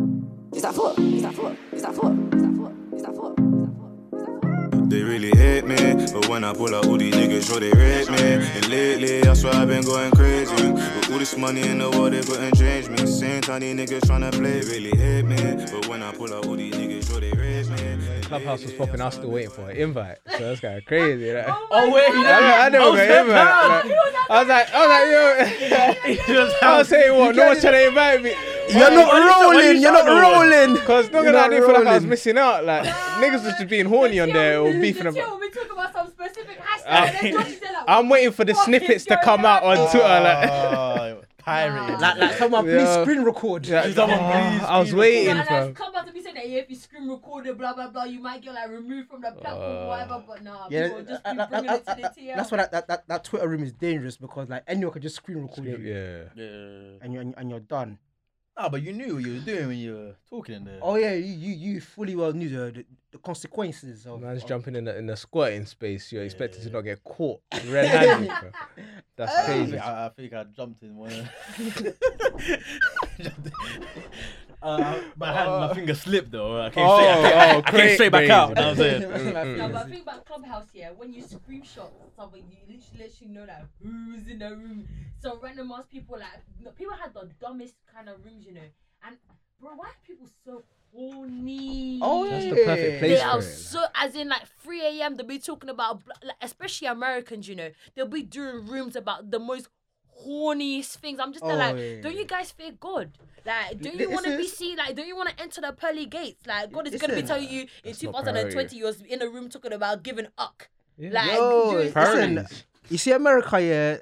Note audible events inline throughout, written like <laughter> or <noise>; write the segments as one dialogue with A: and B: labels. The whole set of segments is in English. A: that for? Is that for? Is that for? Is that for? Is that for? Is that for?
B: They really hate me, but when I pull out all these niggas, sure they rate me. And lately, I swear I've been going crazy. With all this money in the world, they couldn't change me. Same time these niggas tryna play, really hate me. But when I pull out all these niggas, sure they rate me. And
C: Clubhouse was
B: lately, I
C: popping. I
B: swear
C: was still waiting for an invite, so that's kind of crazy. Like,
D: <laughs> Oh wait, he
C: I, I never
D: Oh,
C: got an invite.
D: snap.
C: like, I was like, I was <laughs> like, yo.
D: just
C: I
D: out.
C: was saying what? No one's trying to invite me.
E: You're not
D: why you shout- why you
E: rolling. You're
D: shout
E: not
D: that one?
E: rolling.
C: Cause not
E: You're
C: gonna lie, I didn't feel like I was
E: rolling.
C: missing out. Like niggas was just being horny on there or beefing about.
F: We talk about some
D: <laughs>
F: specific
C: Uh,
F: hashtag. let's not
C: I'm waiting for the
F: Fucking
C: snippets to
F: go
C: come out on
E: Ah,
C: Twitter. Like,
E: Oh, pirated.
D: Like, like someone please
C: Yeah.
D: screen record.
C: Yeah.
D: Someone
C: Ah,
D: please.
C: I was
D: screen
C: waiting.
F: Well,
C: fam.
F: like, come back to me saying that yeah, if you screen recorded, blah blah blah, you might get like removed from the platform, or whatever. But nah,
D: Yeah, uh,
F: people just
D: I-
F: keep
D: I- I-
F: bringing
D: I-
F: it to the TL.
D: That's why that, that, that, that Twitter room is dangerous because like anyone can just screen record you
C: Yeah.
G: Yeah.
D: and you and, and you're done.
G: Ah, but you knew what you were doing when you were talking in there.
D: Oh yeah, you you, you fully well knew the, the, the consequences of.
C: Man's
D: of- <laughs>
C: jumping in the in the squirting space. You're expected to not get caught red-handed. bro.
F: Oh.
C: That's
G: I,
C: crazy.
G: think I, I think I jumped in one. Jumped in. uh, my hand, my finger slipped though. I came straight, I
C: Oh,
G: came-
C: oh,
G: I came straight back
C: crazy,
G: out.
C: bro.
G: That
D: <laughs>
G: was it.
F: No, but
C: Mm-mm.
F: I think about Clubhouse, yeah, when you screenshot something, you literally, literally know like who's in the room. So random ass people like no, people had the dumbest kind of rooms, you know. And bro, why are people so horny?
D: Oh yeah.
C: That's the perfect place.
F: They are
C: for it, like.
F: so, as in like 3 a.m. They'll be talking about, bl- like, especially Americans, you know, they'll be doing rooms about the most horniest things. I'm just there,
D: Oh,
F: like,
D: yeah.
F: don't you guys fear God? Like, don't you
D: This
F: want to be
D: is-
F: seen? Like, don't you want to enter the pearly gates? Like, God is going to be
D: Listen.
F: telling you in
C: That's not
F: 2020
C: priority.
F: you was in a room talking about giving up. Like,
D: Yo,
F: dude,
D: listen, you see America, yeah,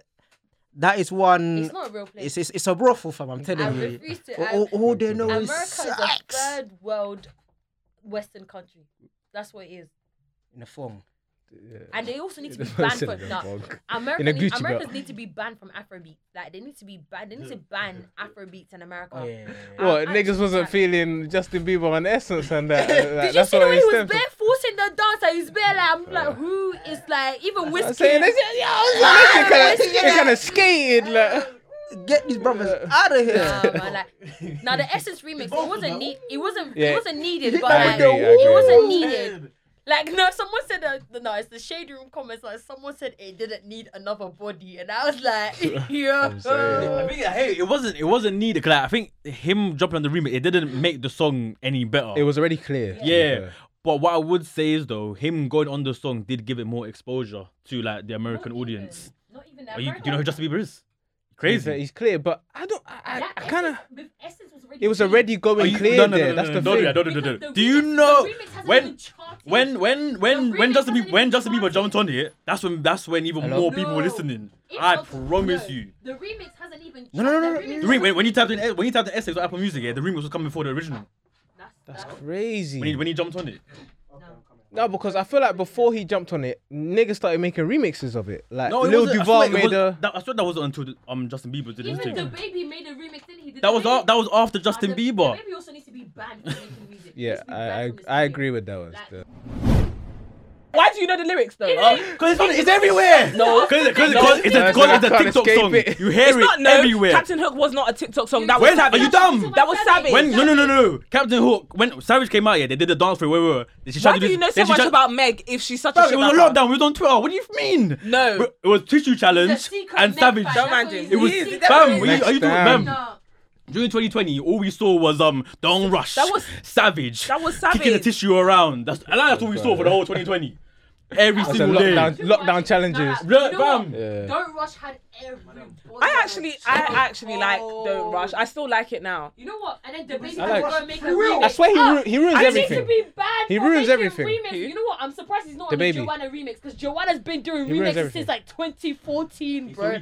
D: that is one.
F: it's not a real place.
D: It's Mm, it's, it's a brothel, fam. I'm telling
F: I
D: you.
F: refuse to. I-
D: all, all- all they know
F: America
D: is
F: is a
D: sex
F: third world Western country. That's what it is.
D: in a form.
F: And they
C: <laughs>
F: also
D: <laughs>
F: need to be
C: That's
F: banned
C: what I
F: for
C: said in the
F: no.
C: vlog.
F: America
C: In a
F: need-
C: Gucci belt.
F: Americans need to be banned from Afrobeat. Like they need to be banned. They need to ban Afrobeats in America.
D: Oh, yeah, yeah, yeah.
F: I'm
C: What niggas
F: actually
C: wasn't
F: sad.
C: feeling Justin Bieber on Essence and that. like,
F: <laughs> Did you
C: that's
F: see the
C: what
F: way
C: it
F: he was
C: stands for.
F: bare forcing the dance? Like, he's bare like I'm like who is like even
C: I'm
F: whiskey.
C: saying this, yeah, they kind of skated like.
F: <laughs>
C: <laughs>
D: Get these brothers out of here.
F: Nah, man,
C: <laughs>
F: like, now the Essence remix, it wasn't need, it wasn't,
C: Yeah.
F: it wasn't needed, but
C: I
F: like,
C: agree, I
F: it
C: agree.
F: wasn't needed. Like, no, someone said, uh, no, it's the shade room comments. Like, someone said it didn't need another body, and I was like, <laughs> yeah.
C: <laughs> I'm sorry.
G: I think hey, it wasn't it wasn't needed. 'cause, like, I think him jumping on the remix, it didn't make the song any better.
C: It was already clear. to be
G: yeah.
C: fair.
G: But what I would say is though, him going on the song did give it more exposure to like the American
F: Oh,
G: audience.
F: Not even
G: Are you, do you know who Justin Bieber is?
C: He's,
G: Crazy.
C: he's clear, but I don't. I, I, I kind of.
F: Essence was already
C: It was already
G: Are
C: going
G: Oh, you-
C: clear
G: no, no, no,
C: there.
G: no,
C: That's
G: no,
C: the
G: no,
C: thing.
G: no, no, no, no, no.
F: Because the
G: Do you
F: remix- the
G: know
F: remix hasn't
G: when
F: even charted.
G: when when when
F: The
G: when Justin
F: remix hasn't
G: Bieber when
F: even
G: Justin Bieber
F: charted.
G: jumped on it? That's when that's when even more people were
F: No.
G: listening.
F: It
G: I
F: wasn't-
G: promise
F: no,
G: you.
F: The remix hasn't even.
D: No, no, no,
F: charted. The
D: no,
F: remix
G: The re-
F: hasn't-
G: when, when you tapped in when you tapped in essays on Apple Music, yeah, the remix was coming before the original.
F: That's-
C: That's
F: that's-
C: crazy.
G: When he when he jumped on it.
C: no, because I feel like before he jumped on it, niggas started making remixes of it. Like
G: No, it
C: Lil
G: wasn't- I
C: Duval
G: swear it
C: made
G: was-
C: a.
G: That, I swear that wasn't until the, um Justin Bieber did his
F: Even the
G: thing.
F: baby made a remix, didn't he? Did
G: That
F: the
G: was
F: baby-
G: a, that was after
F: Nah,
G: Justin
F: the-
G: Bieber.
F: The baby also needs to be banned for making music. He
C: Yeah,
F: needs to be
C: I I,
F: banned from the
C: I
F: studio.
C: agree with that one.
F: Like-
C: still.
H: Why do you know the lyrics though?
G: Because it's, on- it's everywhere.
H: No.
G: because it's,
H: No.
G: cause it's, a,
C: No,
G: cause
C: I
G: it's a
C: can't
G: TikTok
C: escape
G: song.
C: it.
G: You hear
H: It's
G: it
H: not no.
G: everywhere.
H: Captain Hook was not a TikTok song. That
G: When?
H: was Savage.
G: Are you dumb?
H: That was Savage.
G: when no no no no Captain Hook when Savage came out yeah they did the dance for it, where we were. Then she
H: Why
G: tried to
H: do you know so
G: then she
H: much
G: tried-
H: about Meg if she's such a
G: Bro,
H: shit
G: It was a
H: rapper?
G: lockdown. We was on Twitter. What do you mean?
H: No.
G: Bro, It was tissue
F: The
G: challenge
F: secret
G: and
F: Meg
G: Savage.
F: fight, that's
H: Don't mind
F: what
H: him.
F: is.
G: It was
F: The
H: Yes,
F: secret
G: fam.
H: definitely.
G: we- Are you talking
C: Next
G: fam?
F: No.
G: During 2020, all we saw was um Don Rush,
H: That was-
G: Savage,
H: that was
G: kicking the
H: Savage.
G: tissue around. That's and that's what we saw for the whole 2020. Every
C: That's a
G: single day.
C: lockdown.
F: Too
C: Lockdown
F: much.
C: challenges.
F: Nah, you know
G: Bro,
F: what?
G: fam.
C: Yeah.
F: Don't Rush had everybody.
H: I actually, I actually like
F: Oh.
H: Don't Rush. I still like it now.
F: You know what? And then the baby
C: I
F: had
C: like-
F: to go and make a
C: I
F: remix.
C: swear he
F: Ah,
C: ru- he ruins
F: I
C: everything.
F: Need to be banned
C: He
F: for
C: ruins
F: making
C: everything.
F: remix.
C: He-
F: You know what? I'm surprised he's not
C: The
F: on the
C: baby.
F: Joanna remix because Joanna's been doing
C: He ruins
F: remixes
C: everything.
F: since like 2014, bro.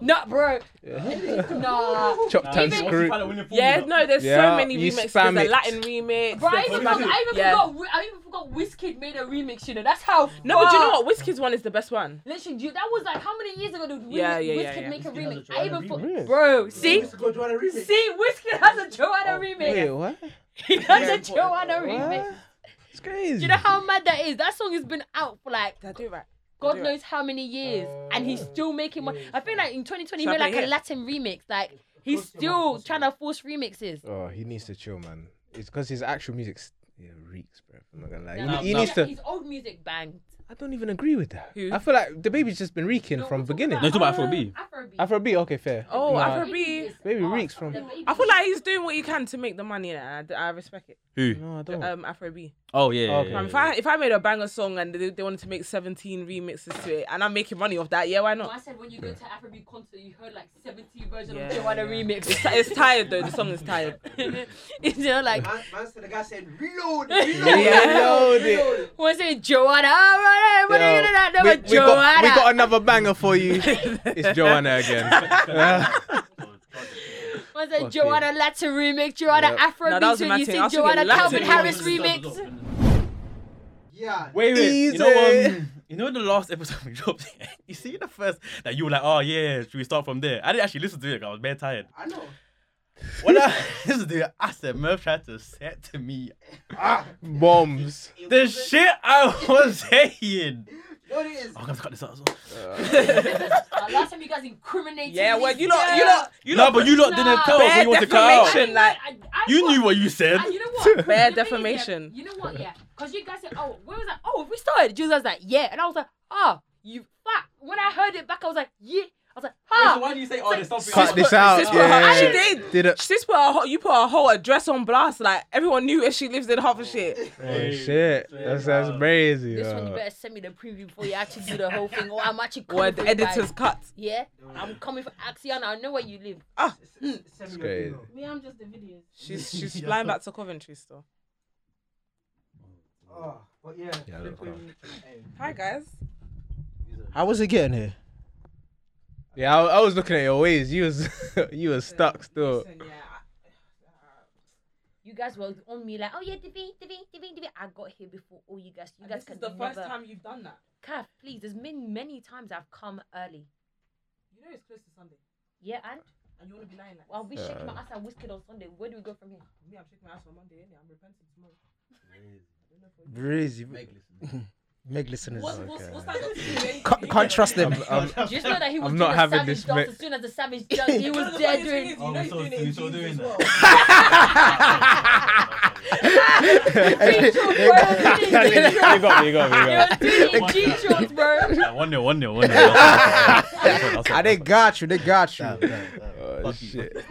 F: Nah, bro. Nah.
C: Chopped and
F: Even-
C: screwed.
H: Yeah, no, there's
C: Yeah,
H: so many
C: you
H: remixes. There's
C: spam
H: a
C: it.
H: Latin remix.
F: Bro, I
H: there's
F: even,
H: like-
F: forgot, I even
H: yeah.
F: forgot. Wi- I even forgot. Wizkid made a remix. You know, that's how.
H: No, but do you
F: Bruh.
H: know what? Wizkid's one is the best one.
F: Literally, dude, that was like how many years ago did Wiz-
H: Yeah, yeah, yeah,
F: Wizkid
H: yeah.
F: make a
G: Wizkid has a
F: remix? I
G: Joanna
F: even
C: remix.
F: fo- bro, see, <laughs>
D: remix.
F: see, Wizkid has a Joanna
C: Oh, Wait,
F: remix.
C: what?
F: <laughs> He has a Joanna remix.
C: What? It's crazy.
F: Do you know how mad that is? That song has been out for like
H: Did I do it right?
F: God
H: Yeah.
F: knows how many years, and he's still making money. I feel like in 2020, he
H: Shall I
F: made like
H: play
F: a
H: it?
F: Latin remix. Like he's still trying to force remixes.
C: Oh, he needs to chill, man. It's because his actual music's yeah, reeks, bro. I'm not gonna lie.
F: Nah,
C: he he
G: nah.
C: needs to.
F: His old music banged.
C: I don't even agree with that.
H: Who?
C: I feel like the baby's just been reeking
F: No,
C: from
F: we're talking
C: beginning.
G: No, it's about
F: Um,
G: Afrobeat.
F: Afrobeat.
C: Afrobeat, okay, fair.
H: Oh,
G: Nah.
H: Afrobeat.
F: is
C: Maybe
F: art.
C: Reeks from-
F: The baby
H: I feel
F: is
H: like he's doing what he can to make the money, and I, I respect it.
G: Who?
C: No, I don't.
H: Um, Afro B.
G: Oh yeah. yeah,
C: Okay.
G: yeah,
H: Um, if
G: yeah.
H: I if I made a banger song and they, they wanted to make 17 remixes to it, and I'm making money off that, yeah, why
F: Well, I
H: not?
F: said when you go to Afrobeat concert, you heard like 70 versions
H: Yeah,
F: of Joanna
H: yeah.
F: remix. <laughs>
H: It's, it's tired though. The song is tired.
F: you know, like,
D: Man, man said the guy said reload,
F: <laughs>
C: Reload it.
F: was it Joanna? What are you
C: Yo,
F: gonna not know
C: we,
F: about
C: we got, we
F: Joanna?
C: got another banger for you. <laughs> it's Joanna again.
F: Was it
C: you.
F: Joanna Latta remix? Joanna
C: Yep.
F: Afrobeat?
H: No, that was
F: when
H: my
F: you
H: thing.
F: sing
H: I was thinking
F: Joanna Calvin
H: Latin remix.
F: Harris remix?
D: Yeah.
G: Wait, wait. You know,
C: Easy.
G: um, you know the last episode <laughs> we dropped. you see the first that you were like, oh yeah, should we start from there? I didn't actually listen to it. 'cause I was bare tired.
D: I know.
G: When I <laughs> listened to it, I said Merv tried to set to me
C: <laughs> Bombs.
G: the shit I was saying.
D: You know what it is?
G: Oh, I'm gonna cut this out as well.
F: Uh, last time you guys incriminated
H: yeah,
F: me.
H: well, you lot, you lot, you
G: no,
H: lot.
G: but you lot didn't tell us what
H: Bare
G: you want to cut out.
H: defamation. like-
F: I, I
G: You
F: thought-
G: knew what you said.
F: And you know what?
H: Bare
F: The thing is, yeah,
H: defamation.
F: You know what? Yeah, because you guys said, "Oh, where was that? Oh, if we started." Jesus was like, "Yeah," and I was like, "Oh, you fuck." When I heard it back, I was like, "Yeah." I was like, "Huh."
G: do you say, oh, there's something?
C: Cut this out.
H: Sis put her-
C: yeah.
H: she did.
C: Did it.
H: Sis put her whole, you put her whole address on blast. Like everyone knew if she lives in Hertfordshire.
C: <laughs> Oh, shit. That's, that's crazy.
F: This one, you
C: yo.
F: better send me the preview before you actually do the whole thing, or I'm actually coming.
H: Word,
F: for
H: the
F: you guys.
H: editor's cut.
F: Yeah, I'm coming for Axiana. I know where you live.
C: It's crazy.
F: Me, I'm just the videos.
H: She's she's flying back to Coventry still.
D: Oh, but yeah.
C: Yeah, I don't know.
H: Hi guys.
D: How was it getting here?
C: Yeah, I, I was looking at your ways. You was <laughs> you was stuck
G: Uh,
C: still.
F: You guys were on me like, "Oh yeah, Divine, Divine, Divine, Divine." I got here before all you guys. You guys can never-
H: you've done that.
F: Kath, please. There's been many times I've come early.
H: You know it's close to Sunday,
F: Yeah, and
H: and you want to be lying like
F: I'll be shaking my ass and whiskered on Sunday. Where do we go from here?
H: me. I'm shaking my ass on Monday, and I'm repenting tomorrow.
D: Breezy. Meg listeners. Meg listeners.
H: that got to
D: Can't,
C: <laughs>
D: can't trust them.
C: I'm, I'm,
F: Just know that he was
C: I'm
F: doing
C: not
F: a
C: having
F: savage
C: this
F: dance
C: mi-
F: as soon as the savage dance.
C: <laughs>
F: He was there doing.
G: Oh, so- so you're still doing that?
F: <laughs>
C: you got me. You got me. You got me.
F: Oh G-shorts, <laughs> bro.
G: One nil, one nil, <laughs> one nil. I
D: <laughs> Ah, they got you. They got you.
C: <laughs> Oh,
G: <laughs>
C: shit.
D: All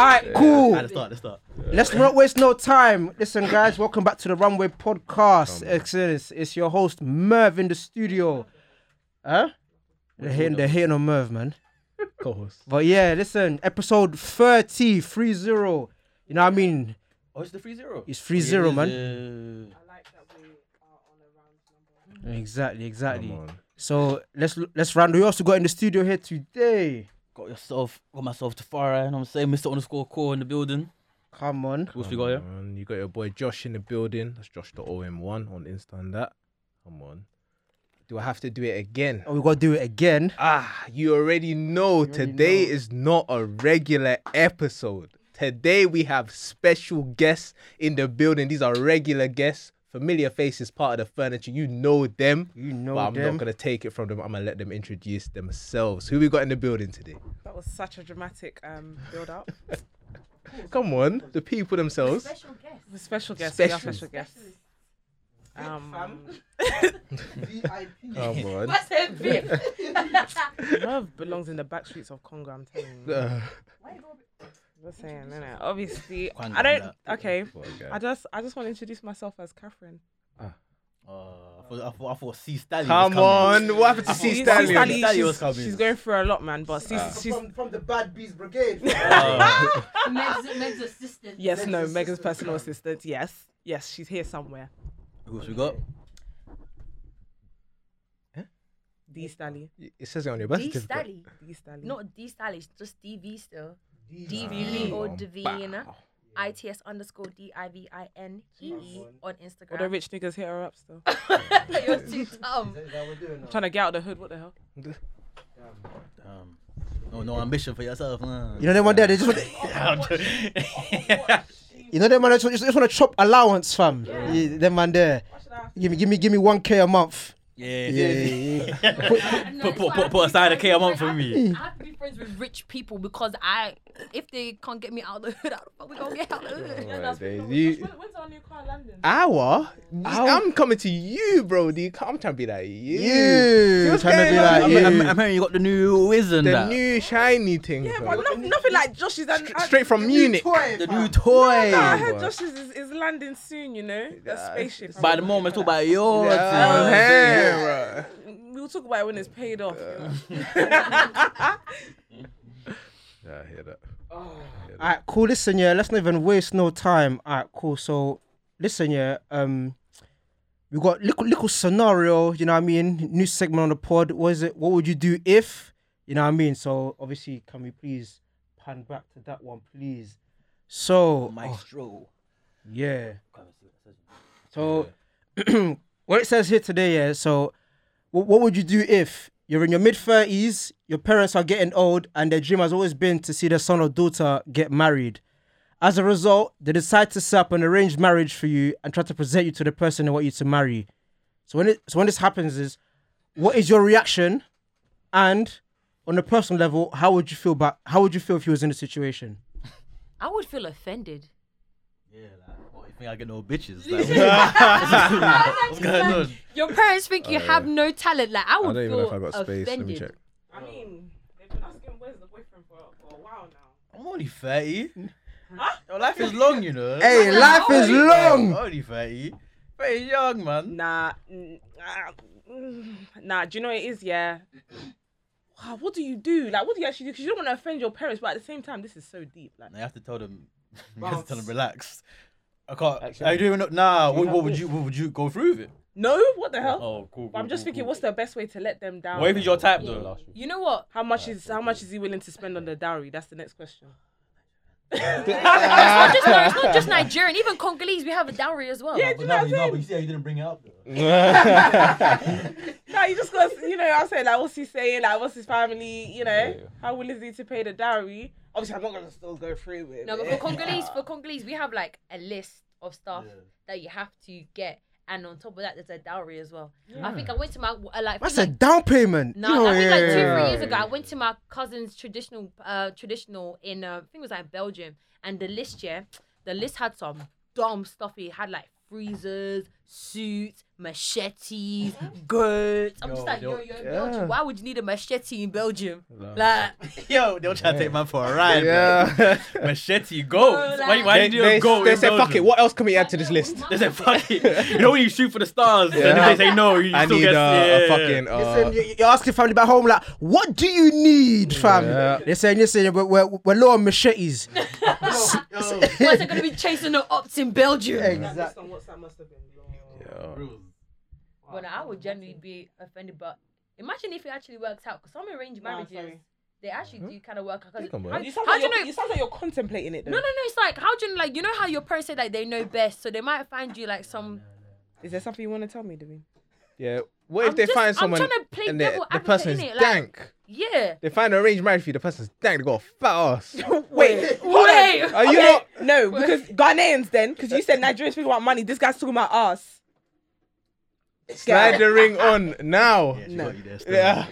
D: right, cool.
G: Let's start. Let's start.
D: Let's not waste no time. Listen, guys, welcome back to the Runway Podcast. Excellent. It's your host Merv in the studio. Huh? They're hitting, they're hitting on Merv, man.
C: Co-host.
D: But yeah, listen, episode 30, 30. You know what I mean?
G: Oh, it's the free zero.
D: It's 30, zero, man.
G: man.
E: Uh,
D: Exactly,
C: Come
D: exactly.
C: on.
D: So let's let's round. We also got in the studio here today.
E: Got yourself, got myself to Farah, and I'm saying Mr. Underscore Core in the building.
D: Come on.
G: What's we got here?
C: Come on, You got your boy Josh in the building. That's Josh the OM1 on Insta and that. Come on. Do I have to do it again?
D: Oh, we gotta do it again.
C: Ah, you already know today is not a regular episode. Today we have special guests in the building. These are regular guests. Familiar faces part of the furniture. You know them.
D: You know
C: but I'm
D: them.
C: not gonna take it from them. I'm gonna let them introduce themselves. Who we got in the building today?
H: That was such a dramatic um, build up.
C: Come on, the people themselves.
F: Special guest.
H: The special guest,
C: Special.
H: we are special guests. Um,
C: Come on.
F: What's <laughs> that bit?
H: Merv belongs in the back streets of Congo. I'm telling you.
C: Uh,
H: Just saying, innit? Obviously,
E: Quando
H: I don't.
E: and
H: Okay,
C: come on, guys.
H: I just, I just want to introduce myself as Catherine.
G: Uh, I thought, I thought, I thought C Stallion.
C: Come on, what happened to
H: You
C: C
H: see,
C: Stallion?
H: Sally,
G: Sally was
H: she's,
G: coming.
H: she's going through a lot, man. But she's, she's
D: uh, from the Bad Bees Brigade.
F: Meg's, Meg's assistant.
H: yes, no,
D: Meg's
H: Megan's
D: assistant.
H: personal assistant. Yes, yes, she's here somewhere.
G: Who else we got?
H: D Stally,
C: It says it on your birth
F: D
C: certificate.
F: Stally.
H: D Stally.
F: Not D Stally, it's just DV still. DV or Divine. ITS underscore D I V I N E E on
H: all the
F: Instagram.
H: rich niggas hit her up still.
F: <laughs> You're too dumb.
H: trying to get out of the hood. What the hell?
G: Um, no, no ambition for yourself. Nah.
D: You know them one there. They just want. You know them man. Just, just, just want to chop allowance, fam. Yeah, them man there. Give me, give me, give me one k a month.
G: yeah,
D: Yeah, yeah, yeah.
C: <laughs>
F: No,
G: Put,
F: it's
G: put,
F: fine.
G: put, put aside a K a
F: I
G: month for me.
F: have to be friends with rich people because I, if they can't get me out of the hood, <laughs> how the fuck we gonna get out of the hood?
C: Alright,
E: that's
C: Daisy.
E: when,
C: You-
E: when's our new car landing?
C: Hour? I'm coming to you, bro. D. I'm trying to be like you. See what's going
D: trying to be
C: on?
D: like
C: I'm
D: you.
C: a-
E: I'm, I'm hearing you got the new whiz and
C: The
E: that.
C: new shiny thing.
H: Yeah,
C: bro.
H: but no, nothing like Josh's. And,
C: Str- straight from Munich.
E: the new toy.
H: No, I heard
C: Boy.
H: <laughs> Josh's is, is landing soon. You know, that spaceship.
E: By the moment, talk about yours.
C: Yeah, hey, bro.
H: we'll talk about it when it's paid off. you know.
C: Yeah, I hear that.
D: Alright, cool. Listen, yeah, let's not even waste no time. Alright, cool. So, listen, yeah, um, we got little little scenario. You know what I mean? New segment on the pod. What is it? What would you do if? You know what I mean? So, obviously, can we please pan back to that one, please? So, oh,
E: Maestro.
D: yeah. So, <clears throat> what it says here today, yeah. So, wh- what would you do if you're in your mid thirties, your parents are getting old, and their dream has always been to see their son or daughter get married? As a result, they decide to set up an arranged marriage for you and try to present you to the person they want you to marry. So when it, so when this happens, is what is your reaction? And on a personal level, how would you feel about how would you feel if you was in the situation?
F: I would feel offended.
E: Yeah, like, what, you think I get no bitches? Like, what-
C: <laughs>
E: what's going on?
G: <laughs>
F: Your parents think you have no talent. Like I
C: I
F: would
C: don't even
F: feel
C: know if I got
F: offended.
C: space. Let me check.
H: I mean, they've been asking where's the boyfriend for, for a while now.
E: I'm only 30. Your life is long, you know.
D: Hey, life is long.
E: I'm only 30. Very young, man.
H: Nah, mm, ah, mm, nah. Do you know what it is? Yeah. Wow, what do you do? Like, what do you actually do? Because you don't want to offend your parents, but at the same time, this is so deep. Like,
E: Now you have to tell
G: <laughs>
E: them. You have to tell them relax. I can't. I don't even know. Nah. What, what would you? What would you go through with it?
H: no, what the hell?
G: Oh, cool.
H: But I'm just thinking, what's the best way to let them down?
G: What if it's your type though?
F: You know what?
H: How much is how much is he willing to spend on the dowry? That's the next question.
F: <laughs> It's not just, no, it's not just Nigerian. Even Congolese, we have a dowry as well.
H: do you know what I'm saying?
E: you see how you didn't bring it up though.
H: Nah, you just got you know. I'm saying like, what's he saying? Like, what's his family? You know, how willing is he to pay the dowry? Obviously, I'm not gonna still go through with.
F: No, but for
H: it.
F: Congolese, for Congolese, we have like a list of stuff that you have to get, and on top of that, there's a dowry as well. I think I went to my uh, like.
D: That's a
F: like,
D: down payment.
F: no,
D: You know,
F: I think like two,
D: yeah.
F: three years ago, I went to my cousin's traditional, uh, traditional in uh, I think it was like Belgium, and the list, yeah, the list had some dumb stuff. It had like freezers, suits, machetes, goats. I'm just like, yo, yo, in Belgium, why would you need a machete in Belgium? Like,
G: Yo, they'll try to take man for a ride. Yeah.
C: <laughs> Yeah.
G: Machete, go.
F: Bro,
G: Why, why
C: They,
G: did you
C: they,
G: go?
C: they
G: in
C: say, fuck
G: Belgium?"
C: it. What else can we add to this list?
G: They say
C: <laughs>
G: fuck it. You know when you shoot for the stars, and then they say no. You
C: I
G: still
C: need
G: get
C: uh, a
G: yeah.
C: fucking.
D: Listen,
C: Uh,
D: you- you're asking family back home, like, what do you need, fam?
C: Yeah.
D: They're saying, listen, we're, we're, we're low on machetes.
F: why is it gonna be chasing the ops in Belgium?
H: Based on what that must have been.
F: Well, I would generally be offended, but imagine if it actually works out. Because some arranged
H: Nah,
F: marriages,
H: sorry.
F: they actually do kind of work out. 'cause
C: They can
F: how-
C: work.
H: You
F: how,
H: sound, like
F: do you
H: you're,
F: know?
H: you sound like you're contemplating it. Though.
F: no, no, no. It's like how do you like? You know how your parents say like they know best, so they might find you like some.
H: Is there something you want to tell me, Devin?
C: yeah. What if
F: I'm
C: they
F: just- I'm
C: find someone
F: tryna play
C: and they,
F: devil
C: the
F: advocate,
C: person's
F: innit? Like-
C: dank?
F: Yeah.
C: they find an arranged marriage for you. The person's dank. They got a fat
H: <laughs>
C: ass.
H: Oh Wait, hold
F: Wait.
H: on.
C: Are you
H: Okay,
C: not-
H: No, because Ghanaians then, because you said Nigerians people want money. This guy's talking about us.
C: Slide the ring on now.
E: She got you there still.
C: Yeah.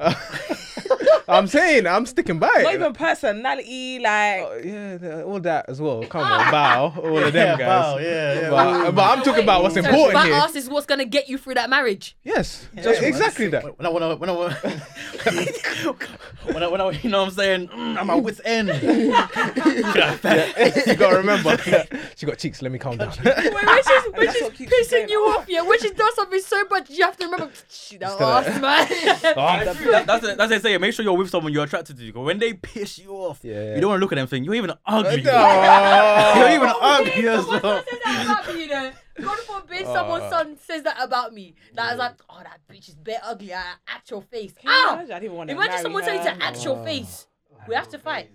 C: <laughs> I'm saying I'm sticking by
H: Not
C: it.
H: even personality, like.
C: Oh, yeah, the- all that as well. Come
H: Ah.
C: on, bow. All of them guys.
G: Wow, yeah, yeah.
C: But, but I'm talking about what's
F: So
C: important
F: my
C: here.
F: ass is what's gonna get you through that marriage.
C: Yes, just exactly that.
G: When I, when I, when I, <laughs> when I, when I, you know what I'm saying? Mm, I'm at wit's
C: <laughs>
G: end.
C: you gotta remember. <laughs> she got cheeks. Let me calm
G: <laughs>
C: down.
G: Oh,
C: <laughs>
F: Wait, which is which
H: That's
F: is
H: what keeps you
F: pissing
H: going.
F: you off? Yeah, which is does something so much you have to remember. Shit, that
C: gonna- <laughs>
F: ass, man.
G: That- that- that's it- that's it. Say make sure you're with someone you're attracted to. 'cause when they piss you off,
C: Yeah.
G: you don't want to look at them thing. You're even <laughs> ugly.
C: Oh.
G: <laughs> You're even ugly as well.
F: Someone says that about me, you know. God forbid
C: Uh.
F: someone's son says that about me. That I was like, oh, that bitch is bare ugly. I at your face.
H: I
F: Ow!
H: didn't wanna
F: Ah! Imagine
H: marry
F: someone
H: her.
F: telling you to at
C: Uh.
F: your face. We have to fight.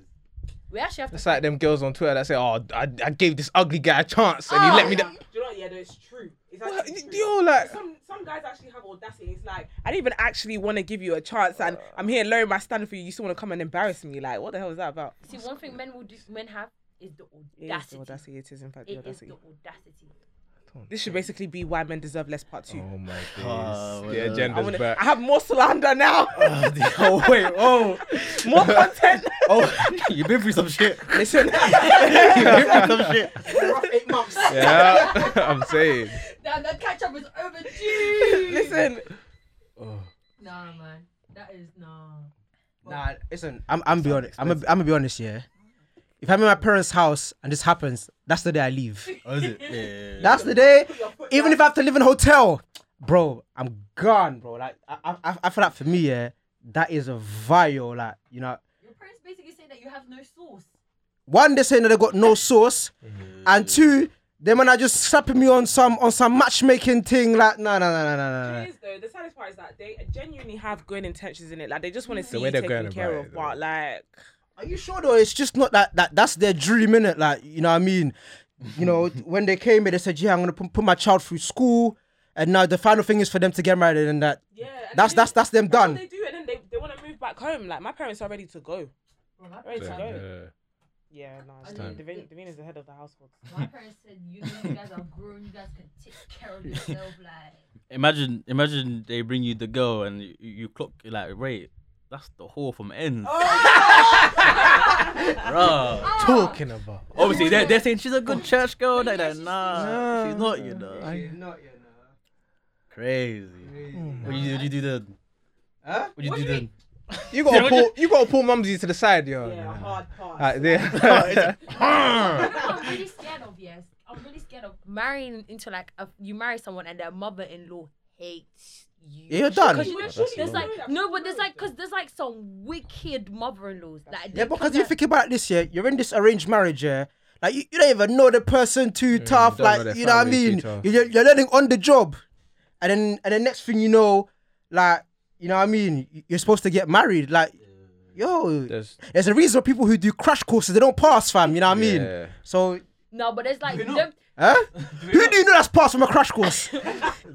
F: We actually have
C: <laughs>
F: to.
C: It's like them girls on Twitter that say, "Oh, I, I gave this ugly guy a chance and he let me
H: Do <laughs>
C: down."
H: you know what? Yeah, no, it's true. It's
C: What?
H: actually true.
C: You're like,
H: Some some guys actually have audacity. It's like I didn't even actually want to give you a chance, and I'm here lowering my standard for you. You still want to come and embarrass me? Like, what the hell is that about?
F: See, one thing men will do, men have is the
H: It is the
F: audacity.
H: audacity. Hmm. It is in fact the
F: It is
H: audacity.
F: the audacity.
C: one.
H: This should basically be why men deserve less part
C: <laughs>
H: two.
C: Oh my days.
E: Oh, well.
C: the
H: I,
C: agenda's
H: wanna,
C: back.
H: I have more
C: <laughs>
H: slander now.
C: Uh.
E: oh wait, oh,
H: <laughs> more content.
C: <laughs>
E: oh, you've been through some shit.
H: Listen,
E: You've been through some shit.
D: eight months.
C: Yeah, <laughs> I'm saying.
F: Damn, that catch up is <laughs> overdue.
H: listen.
F: Nah, man. That is nah.
D: Nah, listen, I'm I'm be honest. I'm a, I'm gonna be honest here. If I'm in my parents' house and this happens, that's the day I leave.
E: Oh, is it? Yeah, yeah, yeah.
D: That's the day. Even if I have to live in a hotel, bro, I'm gone, bro. Like I, I- I, I feel like for me, yeah, that is a vile. Like you know,
F: Your parents basically say that you have no source.
D: one, they saying that they got no sauce,
E: Mm-hmm.
D: and two, them and I just slapping me on some on some matchmaking thing. Like no, no, no, no, no, no,
H: It
D: no.
H: is though. The saddest part is that they genuinely have good intentions in it. Like they just want to see
C: Mm. way
H: you
C: they're going
H: taken care
C: about
H: of.
C: it, though.
H: But like,
D: Are you sure though? It's just not that that that's their dream minute. Like you know what I mean? You know <laughs> when they came here, they said, yeah, I'm gonna put, put my child through school, and now the final thing is for them to get married, and that
H: yeah. and
D: that's
H: they-
D: that's that's them
H: that's
D: done.
H: what They do, and then they, they want to move back home. Like my parents are ready to go.
F: Bro, my
H: Ready
F: parents,
H: to
F: are-
H: go.
C: Yeah.
H: Yeah, no. Nah,
F: time.
H: Devine, Devine is the head of the household.
F: my parents said, you know, you guys are grown. You guys can take care of yourself. Like,
G: Imagine, imagine they bring you the girl and you, you clock you're like, wait, that's the whore from ends. <laughs> Bruh.
C: Talking about.
G: Obviously, they're, they're saying she's a good church girl. They're like, nah, she's not, you know. Crazy. What you, what you do then? Huh? What you do then?
C: You gotta pull. You gotta pull Mumsy to the side, yo.
H: <laughs>
C: Ah,
H: Yeah, hard part.
C: Like <laughs> there.
F: you know what I'm really scared of, yes. I'm really scared of marrying into like a, you marry someone and their mother-in-law hates you.
D: Yeah, you're done.
F: Because you know,
H: Well, that's
F: there's
H: normal.
F: like no, but there's like because there's like some wicked mother-in-laws. Like they
D: Yeah, because
F: come
D: you
F: out-
D: think about this, yeah, you're in this arranged marriage, yeah. Like you, you don't even know the person too tough,
C: don't know
D: like
C: their
D: you know what I
C: family too
D: mean.
C: tough.
D: You're, you're learning on the job, and then and the next thing you know, like you know what I mean, you- you're supposed to get married. Like yo, there's,
C: There's-
D: a reason people who do crash courses they don't pass, fam. You know what I mean.
C: Yeah.
D: So,
F: no, but there's like them,
D: huh? who <laughs> do you know that's passed from a crash <laughs> course?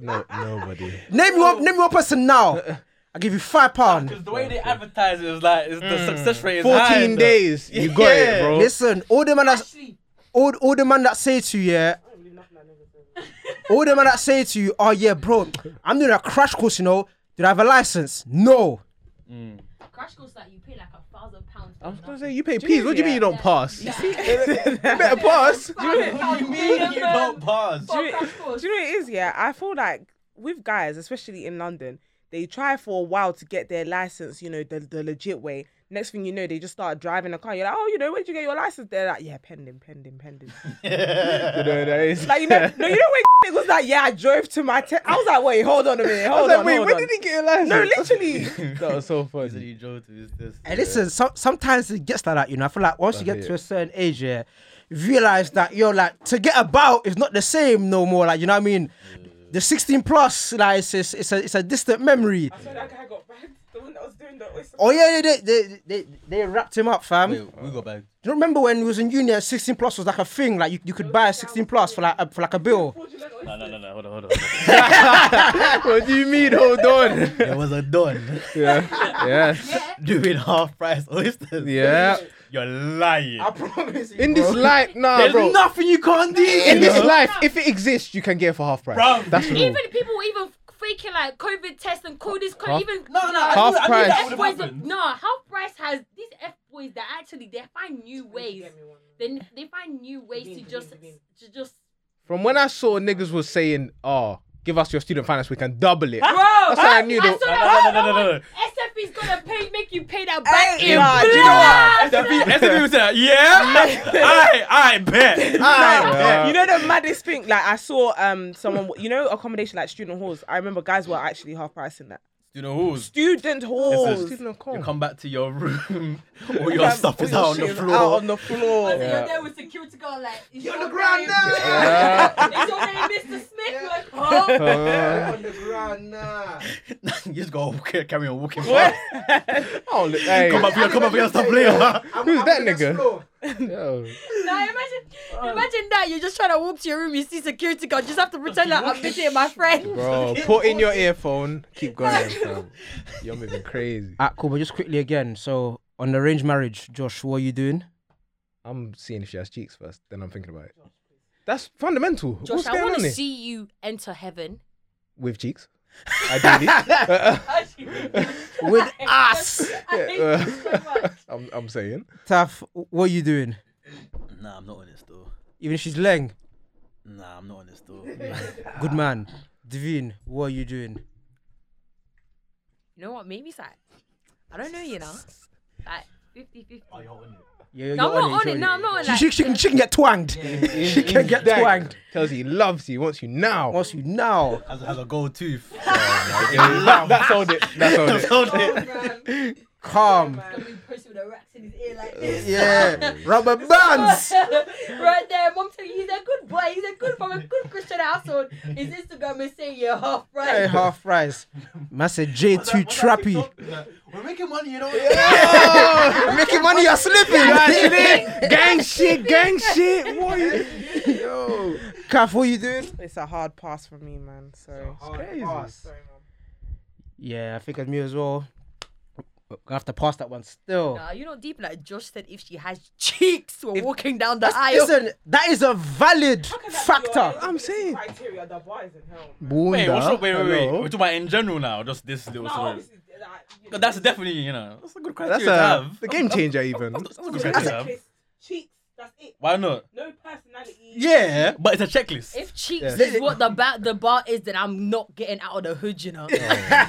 C: No, nobody.
D: name me one, name me one person <laughs> now. I will give you five pound.
G: The way they advertise it is like it's the success rate is high,
C: <laughs> Fourteen
G: though. <laughs>
C: days. You <laughs> got it,
G: Yeah.
C: bro.
D: Listen, all the man that's
F: actually,
D: all, all the man that say to you, yeah. all the man that say to you, oh yeah, bro, I'm doing a crash course, you know. Did I have a license? No.
F: crash course like you pay like a thousand pounds.
C: I was
F: for
C: gonna
F: nothing.
C: say you pay peas. What do you mean you don't pass? <laughs>
F: Yeah.
C: You better
H: <laughs>
C: pass.
E: What do you mean you don't pass?
F: For
H: you-
F: crash course.
H: Do you know what it is? Yeah, I feel like with guys, especially in London, they try for a while to get their license, you know, the, the legit way. Next thing you know, they just start driving a car. You're like, oh, you know, where'd you get your license? They're like, yeah, pending,
C: <laughs>
H: pending, pending.
C: <laughs> You know what that is?
H: like,
C: <laughs>
H: you know, no, you know when <laughs> it was like, yeah, I drove to my. Te-. I was like, wait, hold on a minute,
C: I was
H: hold
C: like,
H: on,
C: wait,
H: hold
C: when
H: on.
C: did he get a license?
H: no,
C: <laughs>
H: literally.
C: That was so
E: Is it
C: funny.
E: you drove to is this?
D: And listen, some sometimes it gets like that, you know. I feel like once you get
C: it.
D: to a certain age, yeah, you realize that you're like to get about is not the same no more. Like you know what I mean? The 16 plus, like it's, it's, it's a it's a distant memory.
H: So that guy got bagged, <laughs> the one that was doing the <laughs> oyster.
D: Oh yeah, they they they, they, they wrapped him up, fam.
E: Wait, we got back.
D: Do you remember when we was in uni? 16 plus was like a thing. Like you, you could buy a 16 plus for like a, for like a bill.
G: No, no, no, no. Hold on, hold on. Hold on.
C: What do you mean? Hold on.
E: There was a <laughs> don
C: <laughs>
H: <laughs>
C: Yeah. Yes.
E: doing half price oysters.
C: Yeah.
G: You're lying.
D: promise you.
C: In this life, nah,
G: There's
C: bro.
G: nothing you can't do.
C: In this
F: No.
C: life, if it exists, you can get it for half price.
G: Bro.
C: That's the rule.
F: even people even faking like COVID tests and call this
C: Half-
F: COVID, even
C: Half price.
F: F boys, no, half price has these F boys that actually they find new ways. They they find new ways to just to just.
C: From when I saw niggas was saying, "Oh, give us your student finance, we can double it."
H: Bro,
C: That's how I knew.
F: I
C: though.
F: saw
G: No,
F: that.
G: no, no, no, no, no.
F: SF is gonna pay, make you pay that back
H: Hey,
F: in
H: nah, do you know
F: blood.
G: SFB, SFB was
C: <laughs>
G: like, yeah, I, I bet.
C: Yeah.
H: <laughs> you know the maddest thing? Like I saw um someone, you know, accommodation like student halls. I remember guys were actually half pricing that.
G: You know who's?
H: Student halls.
C: Student
G: You
C: account.
G: come back to
E: <laughs>
G: your room, all your stuff is
H: All
G: out on the
H: your shit is
G: floor. <laughs>
H: Out <laughs> on the floor.
F: So
C: Yeah.
F: You're there with security guard like is
D: You're on
F: your
D: the ground
F: name-
D: now.
F: Is your name Mr. Smith? You're Like, oh,
C: Uh, <laughs>
E: you just gotta walk, carry on walking.
C: oh, look, hey.
E: Come up here, come up here, stop <laughs> playing.
C: Who's that nigga? <laughs> Yo.
F: no, imagine, imagine that you're just trying to walk to your room. You see security guard, just have to pretend like I'm visiting my friend.
C: Bro, put in your earphone. Keep going, fam. You're moving crazy.
D: Ah, cool. But just quickly again. So on the arranged marriage, Josh, what are you doing?
C: I'm seeing if she has cheeks first, then I'm thinking about it. That's fundamental.
F: Josh,
C: What's
F: I
C: going
F: want
C: on
F: to
C: here?
F: see you enter heaven.
C: With cheeks. Ideally. <laughs> Uh,
G: <laughs>
D: With us.
F: I hate you
C: uh,
F: so much.
C: <laughs> I'm, I'm saying.
D: Taf, what are you doing?
G: Nah, I'm not on this though.
D: Even if she's Leng,
G: Nah, I'm not on this though.
D: good man. Devine, what are you doing?
F: You know what made me sad? I don't know, you know. Like 50 50.
D: You're,
F: No,
D: you're
F: I'm not on
D: you're
F: it. No, I'm not on
C: <laughs>
F: it.
D: She, she, she, can, she can get twanged. <laughs> she can get twanged.
C: Tells you he loves you, wants you now.
D: Wants you now.
E: Has, has a gold tooth.
C: <laughs> that, that sold it. That sold <laughs>
G: <laughs>
C: it.
D: Calm.
F: Oh, Gonna be pushing with the racks in his ear like this. <laughs>
D: Yeah. Rubber bands.
F: right there, mom telling you he's a good boy, he's a good from a good Christian household. His Instagram is saying you're half
D: Hey,
F: right.
D: half price. Master J2 trappy.
E: We're making money, you know.
D: Making Oh, money, you're <laughs> slipping.
C: gang shit, gang shit. What are you? Yo.
D: Kath, what you doing?
H: It's a hard pass for me, man. So
C: Crazy.
D: Yeah, I think it's me as well. We're gonna have to pass that one still.
F: Nah, you know, deep like Josh said, if she has cheeks, we're walking down the aisle.
D: Listen, that is a valid factor.
C: I'm saying.
H: criteria. The bar is in hell. man.
G: Wait, what's up? Wait, wait, wait.
C: Hello?
G: We're talking about in general now, just this little story.
H: Obviously, Oh, like, you know,
G: But That's definitely, you know, that's a good
C: That's
G: criteria to
C: a,
G: have.
C: the game changer, even.
G: That's a good
H: just
G: criteria to have.
H: kiss, cheeks. That's it.
G: Why not?
H: No personality.
G: Yeah, but it's a checklist.
F: If cheeks is what the ba- the bar is, then I'm not getting out of the hood, you know. <laughs> not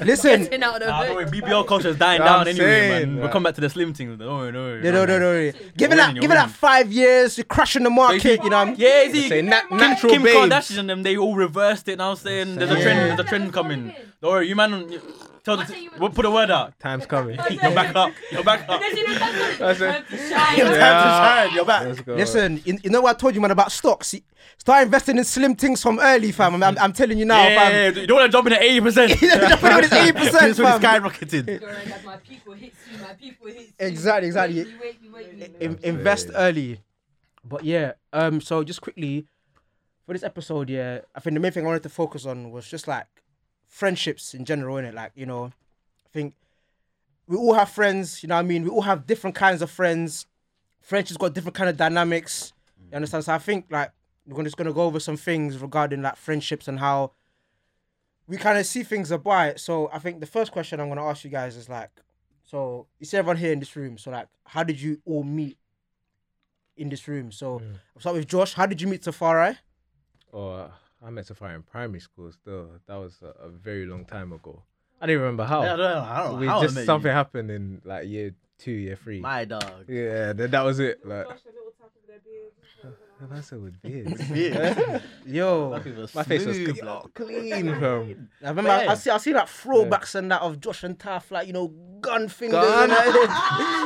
D: <laughs> Listen,
F: getting out of the
G: Nah, Ah, don't
F: <laughs> hood.
G: worry, BBL culture is dying
C: That's
G: down
C: what I'm
G: anyway,
C: saying,
G: man. We'll
C: nah.
G: come back to the slim thing. Don't worry, don't worry.
D: no, no, no, no. Give
G: winning,
D: it that,
G: you're
D: give it that
G: winning.
D: five years. You're crushing the market. You know, I'm
G: Yeah, is he?
C: Say
G: Kim,
C: na- natural
G: Kim
C: babes.
G: Kardashian and them, they all reversed it. Now I'm saying there's a
D: Yeah.
G: trend, there's a trend coming. Don't worry, you man, you- tell the,
F: I tell you-
G: we'll put a word out.
C: Time's coming.
G: You're back up. You're
C: <laughs>
G: back up.
F: Because you know,
C: That's
F: that's
C: it.
F: what it is. Time
C: <laughs>
F: to shine.
C: Yeah.
E: You're back.
C: Let's go.
D: Listen, you, you know what I told you, man, about stocks. You- Start investing in slim things from early, fam. I'm, I'm, I'm telling you now, <laughs>
G: Yeah, you don't want to jump in at
C: <laughs>
G: 80%.
D: fam. Don't put it with this 80%,
G: That's when it
D: fam.
G: skyrocketed.
F: Girl, like, my people hits you, my people hits you.
D: Exactly, exactly.
F: Wait, wait, wait, wait.
D: In- invest early. But yeah, um, so just quickly for this episode, yeah, I think the main thing I wanted to focus on was just like friendships in general, innit? Like, you know, I think we all have friends, you know what I mean? We all have different kinds of friends. Friendships got different kind of dynamics. You understand? So I think like we're gonna- just gonna go over some things regarding like friendships and how we kind of see things about it. So I think the first question I'm gonna ask you guys is like, so you see everyone here in this room. So like, how did you all meet in this room? So I'll start with Josh. How did you meet Safari?
C: Or Oh, uh, I met Safari in primary school. Still, that was a, a very long time ago. I don't even remember how.
E: I don't know. I
G: Oh,
E: don't
C: we
E: know. how I
C: just
E: met
C: something
E: you.
C: happened in like year two, year three.
E: My dog.
C: yeah, then that was it. Like,
H: Josh, a little tap of their beard.
C: and I said
H: <laughs>
C: with beards.
G: <laughs>
D: Yo,
C: My face was clean, oh, <laughs> clean fam.
D: I remember I, I see I see like throwbacks and that of Josh and Taff, like you know, gun fingers.
C: Gun. <laughs>
D: <laughs> Gun.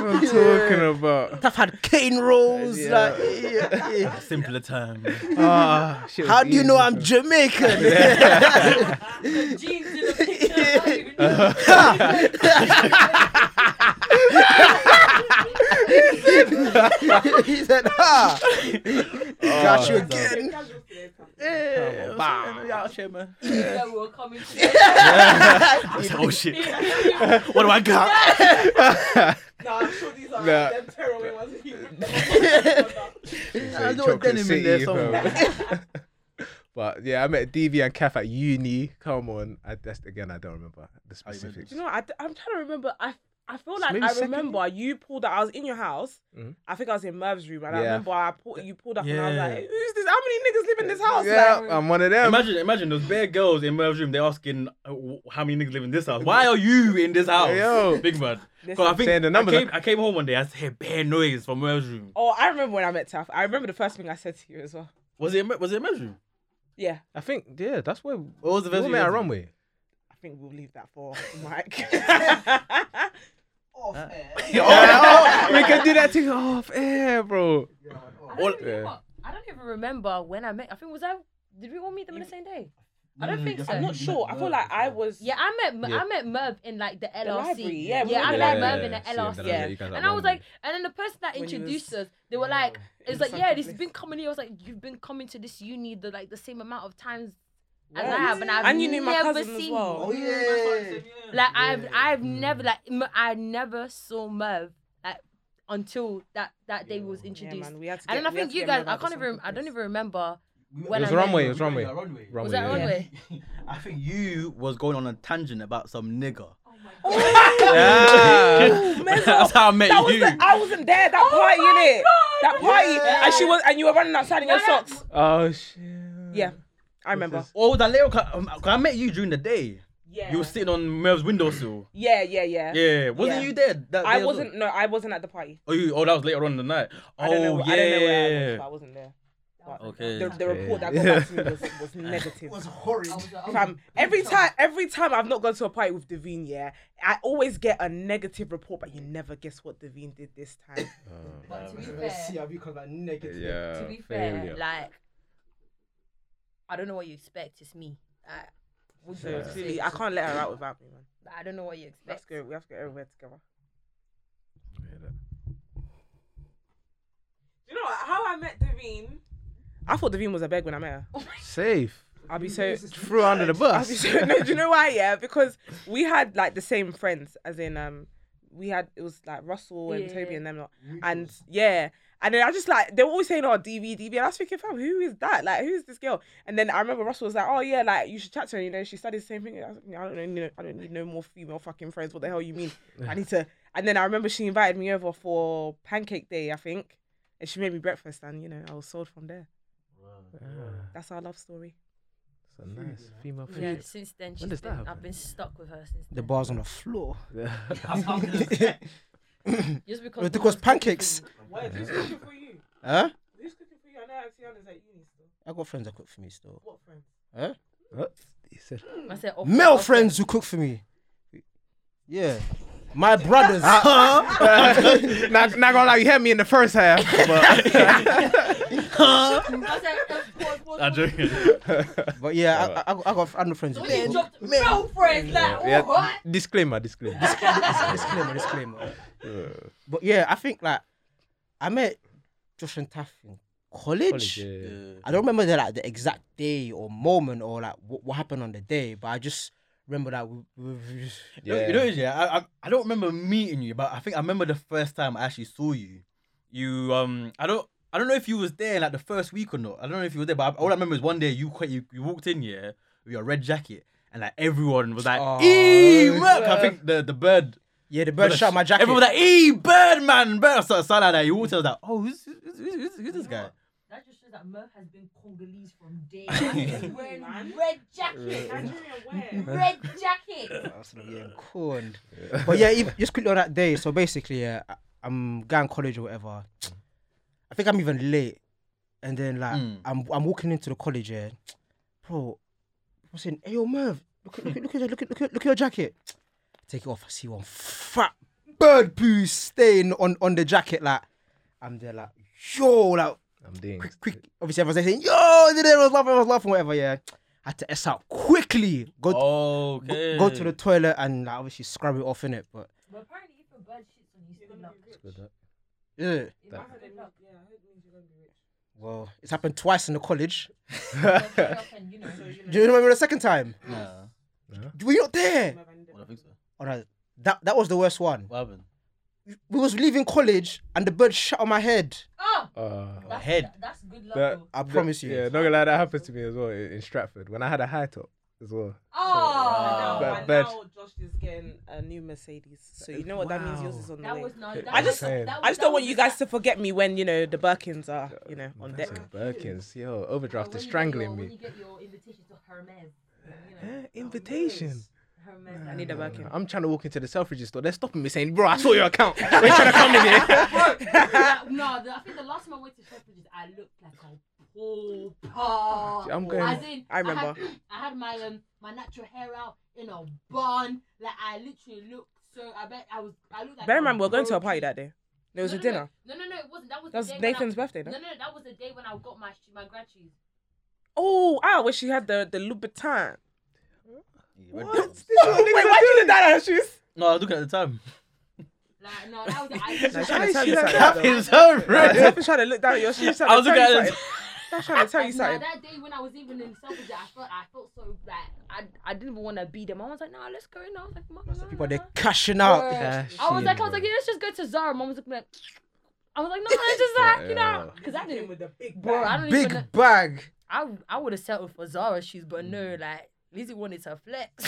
C: What I'm talking about.
D: Taff had cane rolls.
C: Yeah.
D: Like, yeah, yeah.
G: Simpler term.
C: Ah, shit was
D: how do you know
C: easy, <laughs>
D: I'm
C: fam.
D: Jamaican?
F: Jeans in the picture. how you know?
D: <laughs>
C: <laughs>
D: he said,
C: Oh, Ah,
D: "Ha, got you again."
H: Casual today, fam.
F: that we're
C: <laughs>
F: coming to.
G: Oh shit. What do I got?
H: Nah, I'm sure these are
C: Nah.
H: them
C: <laughs>
F: <laughs>
H: tearaway ones. that you-
C: I know Chocolate City,
D: <laughs>
C: fam. <laughs> But yeah, I met DV and Kath at uni. Come on, I, that's again I don't remember the specifics.
H: Do you know, I, am trying to remember. I I feel like
C: maybe
H: I
C: second
H: remember you pulled out. I was in your house.
C: Mhm.
H: I think I was in Merv's room, and I
C: Yeah.
H: remember I pulled, you pulled up, and I was
G: Yeah.
H: like, "Who's this? How many niggas live in this house?"
C: yeah, um,
H: Like,
C: I'm one of them.
G: Imagine, imagine those bare girls in Merv's room. They're asking uh, wh- how many niggas live in this house. Why are you in this house,
C: Yo.
G: big man? Because I think
C: Saying the
G: I
C: numbers.
G: came, I came home one day. I heard bare noise from Merv's room.
H: oh, I remember when I met Taf. I remember the first thing I said to you as well.
G: Was it? Was it Merv's room?
H: Yeah,
C: I think yeah, that's where we
G: What was the
C: all
G: first room
C: met
G: you
C: at
G: went to?
C: runway.
H: I think we'll leave that
C: <laughs>
H: for Mike.
C: we can do that thing off air, bro.
F: I
C: Yeah.
F: don't, even know. I don't even remember when I met. I think was I. Did we all meet them on the same day? I don't think so.
H: I'm not sure. I feel like I was.
F: Mm, Yeah, I met Mer-
C: Yeah.
F: I met Merv in like the LRC.
H: library, yeah, we
F: yeah,
H: were
F: I
H: in
F: met
H: the
F: Merv in the
C: See,
F: LRC.
C: then
H: yeah.
C: met you guys at
F: And I was
C: Runway.
F: like, and then the person that
H: When you
F: introduced
H: was-
F: us, they were like, it's like,
H: some
F: yeah, this has
H: place.
F: been coming here. I was like, you've been coming to this uni the like the same amount of times as
H: Yeah.
F: I have, and I've
H: And you knew my
F: never
H: cousin as
F: seen you.
H: well. Oh,
D: yeah.
C: Mm.
F: Like I've I've never like m- I never saw Merv like until that that day was
H: Yeah,
F: introduced.
H: man, we had to
F: and then
H: get-
F: I
H: we had
F: think
H: to
F: you
H: get
F: guys,
H: Mad
F: I
H: about
F: can't
H: this
F: even,
H: something
F: I don't
H: first. <laughs>
F: even remember.
C: It
F: When
C: was
F: I met
C: runway. It
F: you-
C: was runway.
E: Yeah, runway. Was
F: Was that
C: yeah.
F: runway?
E: I think you was going on a tangent about some nigga.
H: Oh,
F: <laughs>
G: <laughs>
C: Yeah.
G: That's how I met <laughs>
H: That was
G: you.
H: the, I wasn't there. That party in it. That party, and she was, and you were running outside in your
F: Yeah.
H: socks.
C: Oh shit.
H: Yeah, I remember.
E: Oh, that little. Cause, um, 'cause I met you during the day.
F: Yeah.
G: You were sitting on Merv's windowsill.
H: Yeah, yeah, yeah.
G: Yeah, wasn't
H: Yeah.
G: you there? That day
H: I
G: as
H: wasn't.
G: Well?
H: No, I wasn't at the party.
G: Oh, you, oh, that was later on in the night. Oh,
H: I don't know.
G: yeah.
H: I don't know where I was, but I wasn't there.
G: Okay.
H: The, the
G: <laughs>
H: report that got back to me was, was negative.
E: horrid.
H: Fam, every time, every time I've not gone to a party with Devine, yeah, I always get a negative report, but you never guess what Devine did this time.
G: <laughs>
F: But to be fair,
C: Yeah.
F: to be fair, like I don't know what you expect. It's me. I, what do you
H: So
F: expect?
H: silly, I can't let her out without me, man.
F: I don't know what you
H: Let's
F: expect.
H: go. We have to go everywhere together. You know what? how I met Devine? I thought Devine was a beg when I met her.
C: Safe.
H: I'll <laughs> be so.
C: Threw her under the
H: I'll be
C: bus.
H: so no,
F: <laughs>
H: do you know why? Yeah, because we had like the same friends, as in um, we had it was like Russell and
F: Yeah.
H: Toby and them lot, and yeah, and then I just like they were always saying, "Oh, DV, DV," and I was thinking, "Fam, who is that? Like, who's this girl?" And then I remember Russell was like, "Oh yeah, like you should chat to her. You know, she studies the same thing." I, was like, I don't know, you know, I don't need no more female fucking friends. What the hell you mean? I
F: <laughs>
H: need to. And then I remember she invited me over for pancake day, I think, and she made me breakfast, and you know, I was sold from there. That's our love story.
C: It's a nice female
F: Yeah, <laughs>
C: food.
F: since then,
C: When
F: she's
C: does that
F: been, I've
C: happen?
F: been stuck with her since
D: The
F: then.
D: bar's on the floor. <laughs>
F: Just because
D: It
F: we
D: was
F: was cooking
D: pancakes.
F: for you.
H: Wait, who's cooking for you?
D: Huh?
H: Who's cooking for you? I know Tiana's at uni still.
D: I got friends that cook for me still.
H: What friends?
D: Huh?
C: What? He said.
F: I said, "Off-
D: Male
F: off-
D: friends who cook for me. Yeah. My <laughs>
C: <laughs>
D: brothers.
C: Not, not gonna lie, you had me in the first half.
F: I said, "Off- pause, pause,
G: <laughs> I'm
F: pause."
G: joking.
D: But yeah, I, I, I got I got other friends.
F: So
D: who
F: when you
D: cook.
F: dropped male friends, like,
C: Yeah.
F: what?
C: Disclaimer, disclaimer. Disclaimer.
D: disclaimer, disclaimer. But yeah, I think like I met Josh and Taff in college. I don't remember the like the exact day or moment or like what, what happened on the day, but I just remember that we, we, we just,
E: You know- You know, yeah, I, I I don't remember meeting you, but I think I remember the first time I actually saw you.
G: You um, I don't, I don't know if you was there like the first week or not. I don't know if you were there, but I, all I remember is one day you quite, you, you walked in here with your red jacket, and like everyone was like,
D: Oh,
G: "Ee, Merv!"
D: yeah.
G: I think the the bird.
D: yeah, the bird shot my jacket.
G: Everyone was like, "Ee, bird man, bird!" So something like that. You walked in, I was like, "Oh, who's who's, who's, who's, who's this guy?"
F: That just shows that Merv has been Congolese from day one. wearing red jacket. red jacket.
D: yeah, corn. But yeah, even, just quickly on that day. So basically, yeah, I- I'm going college or whatever. I think I'm even late, and then like
G: Mm.
D: I'm I'm walking into the college, yeah, bro. I'm saying, "Hey, yo, Merv, look at look at look at look at look at, look at your jacket." Take it off. I see one fat bird poo stain on on the jacket. Like I'm there, like yo, like
C: I'm doing.
D: quick, quick. Obviously, everyone's saying, "Yo, I was laughing, I was laughing, whatever." Yeah, had to s out quickly. Go
G: Okay.
D: go to the toilet and like, obviously scrub it off in it. But
F: But apparently, if a bird shits on you, it's good luck. It's
D: yeah,
F: good luck.
D: well, it's happened twice in the college.
F: Well, good luck and, you know,
D: Do you remember the second time?
G: Nah,
D: Were you not there?
G: I don't think so.
D: Oh, no, that that was the worst one.
G: What happened?
D: We was leaving college and the bird shot on my head.
F: Oh,
C: Uh,
F: that's,
G: head.
F: That's good luck.
C: that,
F: though.
D: I promise you.
C: Yeah, not gonna lie, that happened to me as well in, in Stratford when I had a high top as well.
F: Oh,
C: Wow. But-
H: and
C: but-
H: now Josh is getting a new Mercedes, so you know what that means. Yours is on the
F: that
H: way.
F: was no. That
H: I
F: was,
H: just-
F: that
H: I
F: that
H: just don't want
F: was
H: you
F: the
H: guys to forget me when you know the Birkins are, you know, on deck.
C: Some Birkins, yo,
F: But
C: overdraft
F: when
C: is
F: you get
C: strangling
F: your- When
C: me.
F: you get your invitation to Hermes, you know,
C: Eh, Invitation.
F: Hermes.
H: I need a Birkin.
C: I'm trying to walk into the Selfridges store. They're stopping me saying, "Bro, I saw your account. Why you trying to come in here?"
F: Like, no, the, I think the last time I went to Shepherd's, I looked like a poor
C: See, I'm going-
F: As in,
H: I remember.
F: I had, I had my um, my natural hair out in a bun. Like I literally looked so. I bet I was. I looked like.
H: Bear in
F: a
H: mind, we were going to a
F: broke-
H: party that day. There was
F: no,
H: a
F: no,
H: dinner.
F: No, no, no, it wasn't. That was.
H: That was
F: the day when
H: Nathan's
F: I,
H: birthday, no?
F: No, no, that was the day when I got my sh- my grad shoes.
H: Oh, ah, where she had the the Louboutin.
G: What?
H: Wait, why you did that, Ashes?
G: No, I was looking at the time.
F: Like no,
H: <laughs>
F: that was. I
H: She's
F: literally-
H: trying to tell you
C: she
H: something.
C: had
H: though.
G: It's her,
H: She's trying to look down at your shoes. she's
G: <laughs>
H: trying
G: I
H: to
G: was
H: tell
G: looking
H: you
G: at
H: something. That's trying to tell you
F: Like, nah, that
H: something.
F: day when I was even in Selfridge, I felt I felt so like I I didn't even want to be them. I was like, nah, let's go. And I was like, mom, nah,
D: People,
F: nah,
D: they're
F: nah.
D: cashing out.
F: Or-
D: Yeah,
F: I was
D: shit,
F: like, I
D: bro.
F: was like, yeah, let's just go to Zara. Mom was looking like, I was like, no, it's just like, you know, because I didn't,
H: with the big
F: <laughs> bro, I don't even.
D: Big bag.
F: I I would have settled for Zara shoes, but no, like Lizzie wanted to
C: <laughs>
F: flex.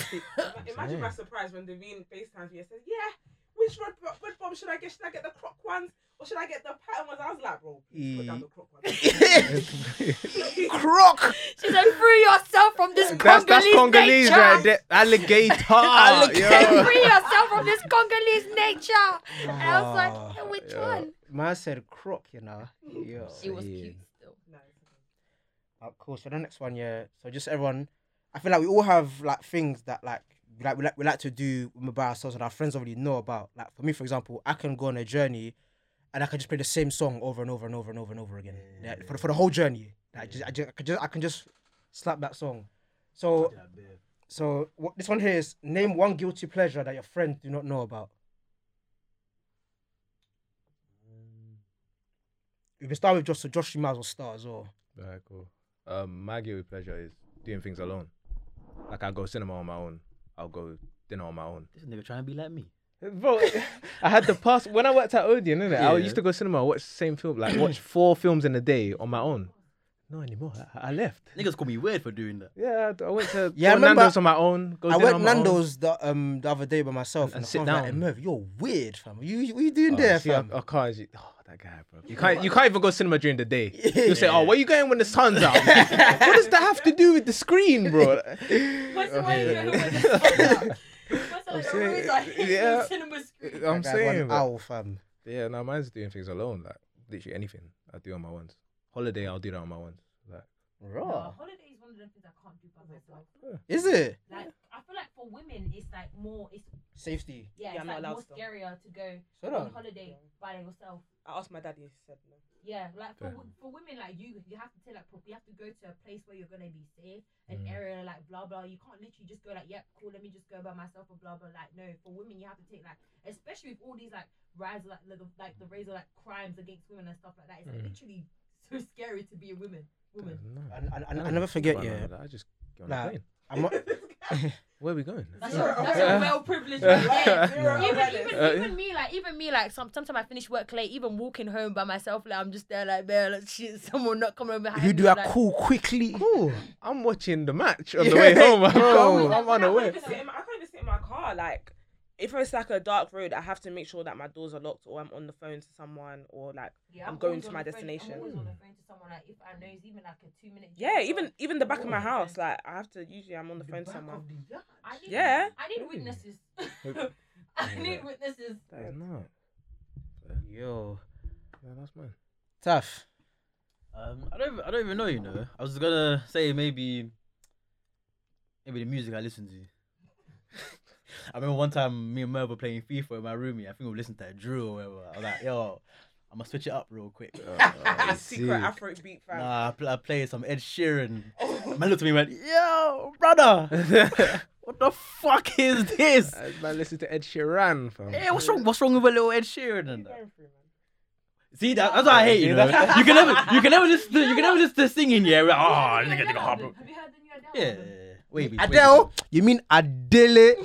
H: Imagine my surprise when Devine FaceTimes me and says, "Yeah, which red, bo- red bomb should I get? Should I get the croc ones or should I get the pattern ones?" I was like, "Bro, please put down the croc ones."
D: Croc.
F: She's like, free yourself from
C: <laughs>
F: this
C: That's
F: Congolese
C: that's Congolese
F: nature.
C: right
F: <laughs>
C: there. Alligator. yo.
F: Free yourself from this Congolese nature. And I was like, "Hey, which one?
D: Man said croc, you know.
G: <laughs>
D: Yo.
F: It was cute. still.
D: Oh, cool. So the next one, yeah. So just everyone, I feel like we all have like things that like we like we like, we like to do when we're by ourselves and our friends already know about. Like for me, for example, I can go on a journey, and I can just play the same song over and over and over and over and over again Like, for the- for the whole journey. Like, just, I just I can just I can just slap that song. So so what, this one here is name one guilty pleasure that your friends do not know about. We can start with Josh. So Josh, you might as well start as well.
C: Alright, cool. Um, my guilty pleasure is doing things alone. Like I go cinema on my own. I'll go dinner on my own.
G: This nigga trying to be like me.
C: Bro, I had the pass when I worked at Odeon, innit? I used to go cinema, watch the same film, like <clears throat> watch four films in a day on my own. No anymore. I, I left.
G: Niggas call me weird for doing that.
C: Yeah, I- I went to
D: Yeah, I
C: <laughs> yeah,
D: remember-
C: Nando's on my own. Go
D: I
C: dinner
D: went
C: on my own.
D: Nando's the um the other day by myself, and,
C: and
D: I
C: sit
D: was like,
C: down.
D: "Hey, Merv, you're weird, fam. You you- what you doing
C: Oh,
D: there,
C: see, I,
D: fam? <laughs>
C: I can't. You, oh, that guy, bro. You can't. You can't even go cinema during the day. You'll say, "Oh, where you going when the sun's <laughs> out?" what does that have to do with the screen, <laughs> bro?
F: What's the way you
C: <laughs>
F: yeah.
C: yeah.
F: cinema screen?
C: I'm
D: That guy went
C: saying, bro.
D: owl, fam.
C: Yeah, no, mine's doing things alone. Like literally anything I do on my ones. Holiday, I'll do that on my ones. Like
D: Raw.
F: Holiday is one of the things I can't do by myself.
D: Is it
F: Like, I feel like for women, it's like more, it's
D: safety?
F: yeah,
H: Yeah,
F: it's
H: I'm
F: like
H: not allowed
F: more
H: still.
F: scarier to go
D: Shut
F: on
D: up.
F: holiday by yourself.
H: I asked my daddy. He said <laughs> no.
F: Yeah, like for, wo- for women like you, you have to take like pro- you have to go to a place where you're gonna be safe, an area like blah blah. You can't literally just go like, yep, cool, let me just go by myself or blah blah. Like no, for women you have to take like, especially with all these like rise like the, like the rise of like crimes against women and stuff like that. It's like, literally so scary to be a woman. Woman.
C: no,
D: And and, and
C: I
D: I
C: don't
D: never forget,
C: about none
D: yeah.
C: of that. I just go on the
D: Nah.
C: plane.
D: I'm not,
C: Where are we going?
F: That's your, that's your well privileged right
H: <laughs>
F: there. Even, even, even me, like even me, like some, sometimes I finish work late. Even walking home by myself, like I'm just there, like man, like, shit, <laughs> someone not coming over.
D: if you do
F: me,
D: a
F: like,
D: cool quickly, <laughs>
C: Cool. I'm watching the match on the way home. I'm, I'm
D: Bro.
C: on
H: I
C: the
H: can't
C: way.
H: even sit in my- I can't even sit in my car. Like, if it's like a dark road, I have to make sure that my doors are locked or I'm on the phone to someone or like
F: Yeah,
H: I'm going
F: always
H: to
F: on
H: my
F: the phone-
H: destination.
F: I'm always on the phone to someone like if I know it's even like a two minute.
H: yeah, even even the back of my house. Like, I have to usually I'm on the phone to someone.
F: I need,
H: Yeah.
F: I need witnesses. <laughs> I need witnesses.
C: That's not.
D: yo,
C: Yeah, that's mine.
D: tough.
G: Um, I don't. even- I don't even know. You know. I was gonna say maybe, maybe the music I listen to. <laughs> I remember one time me and Merv were playing FIFA in my room. Yeah, I think we listened to a drill or whatever. I was like, yo, I'm gonna switch it up real quick.
H: Secret Afro beat fam.
G: Nah, I, pl- I played some Ed <laughs> Sheeran. Man looked at me and went, yo, brother, what the fuck is this?
C: Uh, <laughs> Man, listen to Ed Sheeran, fam.
G: Hey, what's wrong? What's wrong with a little Ed Sheeran? And that? See, that, that's what I hate. You, <laughs> know? you can never, you can never just, you can never just the singing. Yeah, we're like, oh, nigga, nigga, hard, bro.
F: Have you heard the new Adele?
G: Yeah,
F: album?
G: wait, wait,
D: Adele, you mean Adele?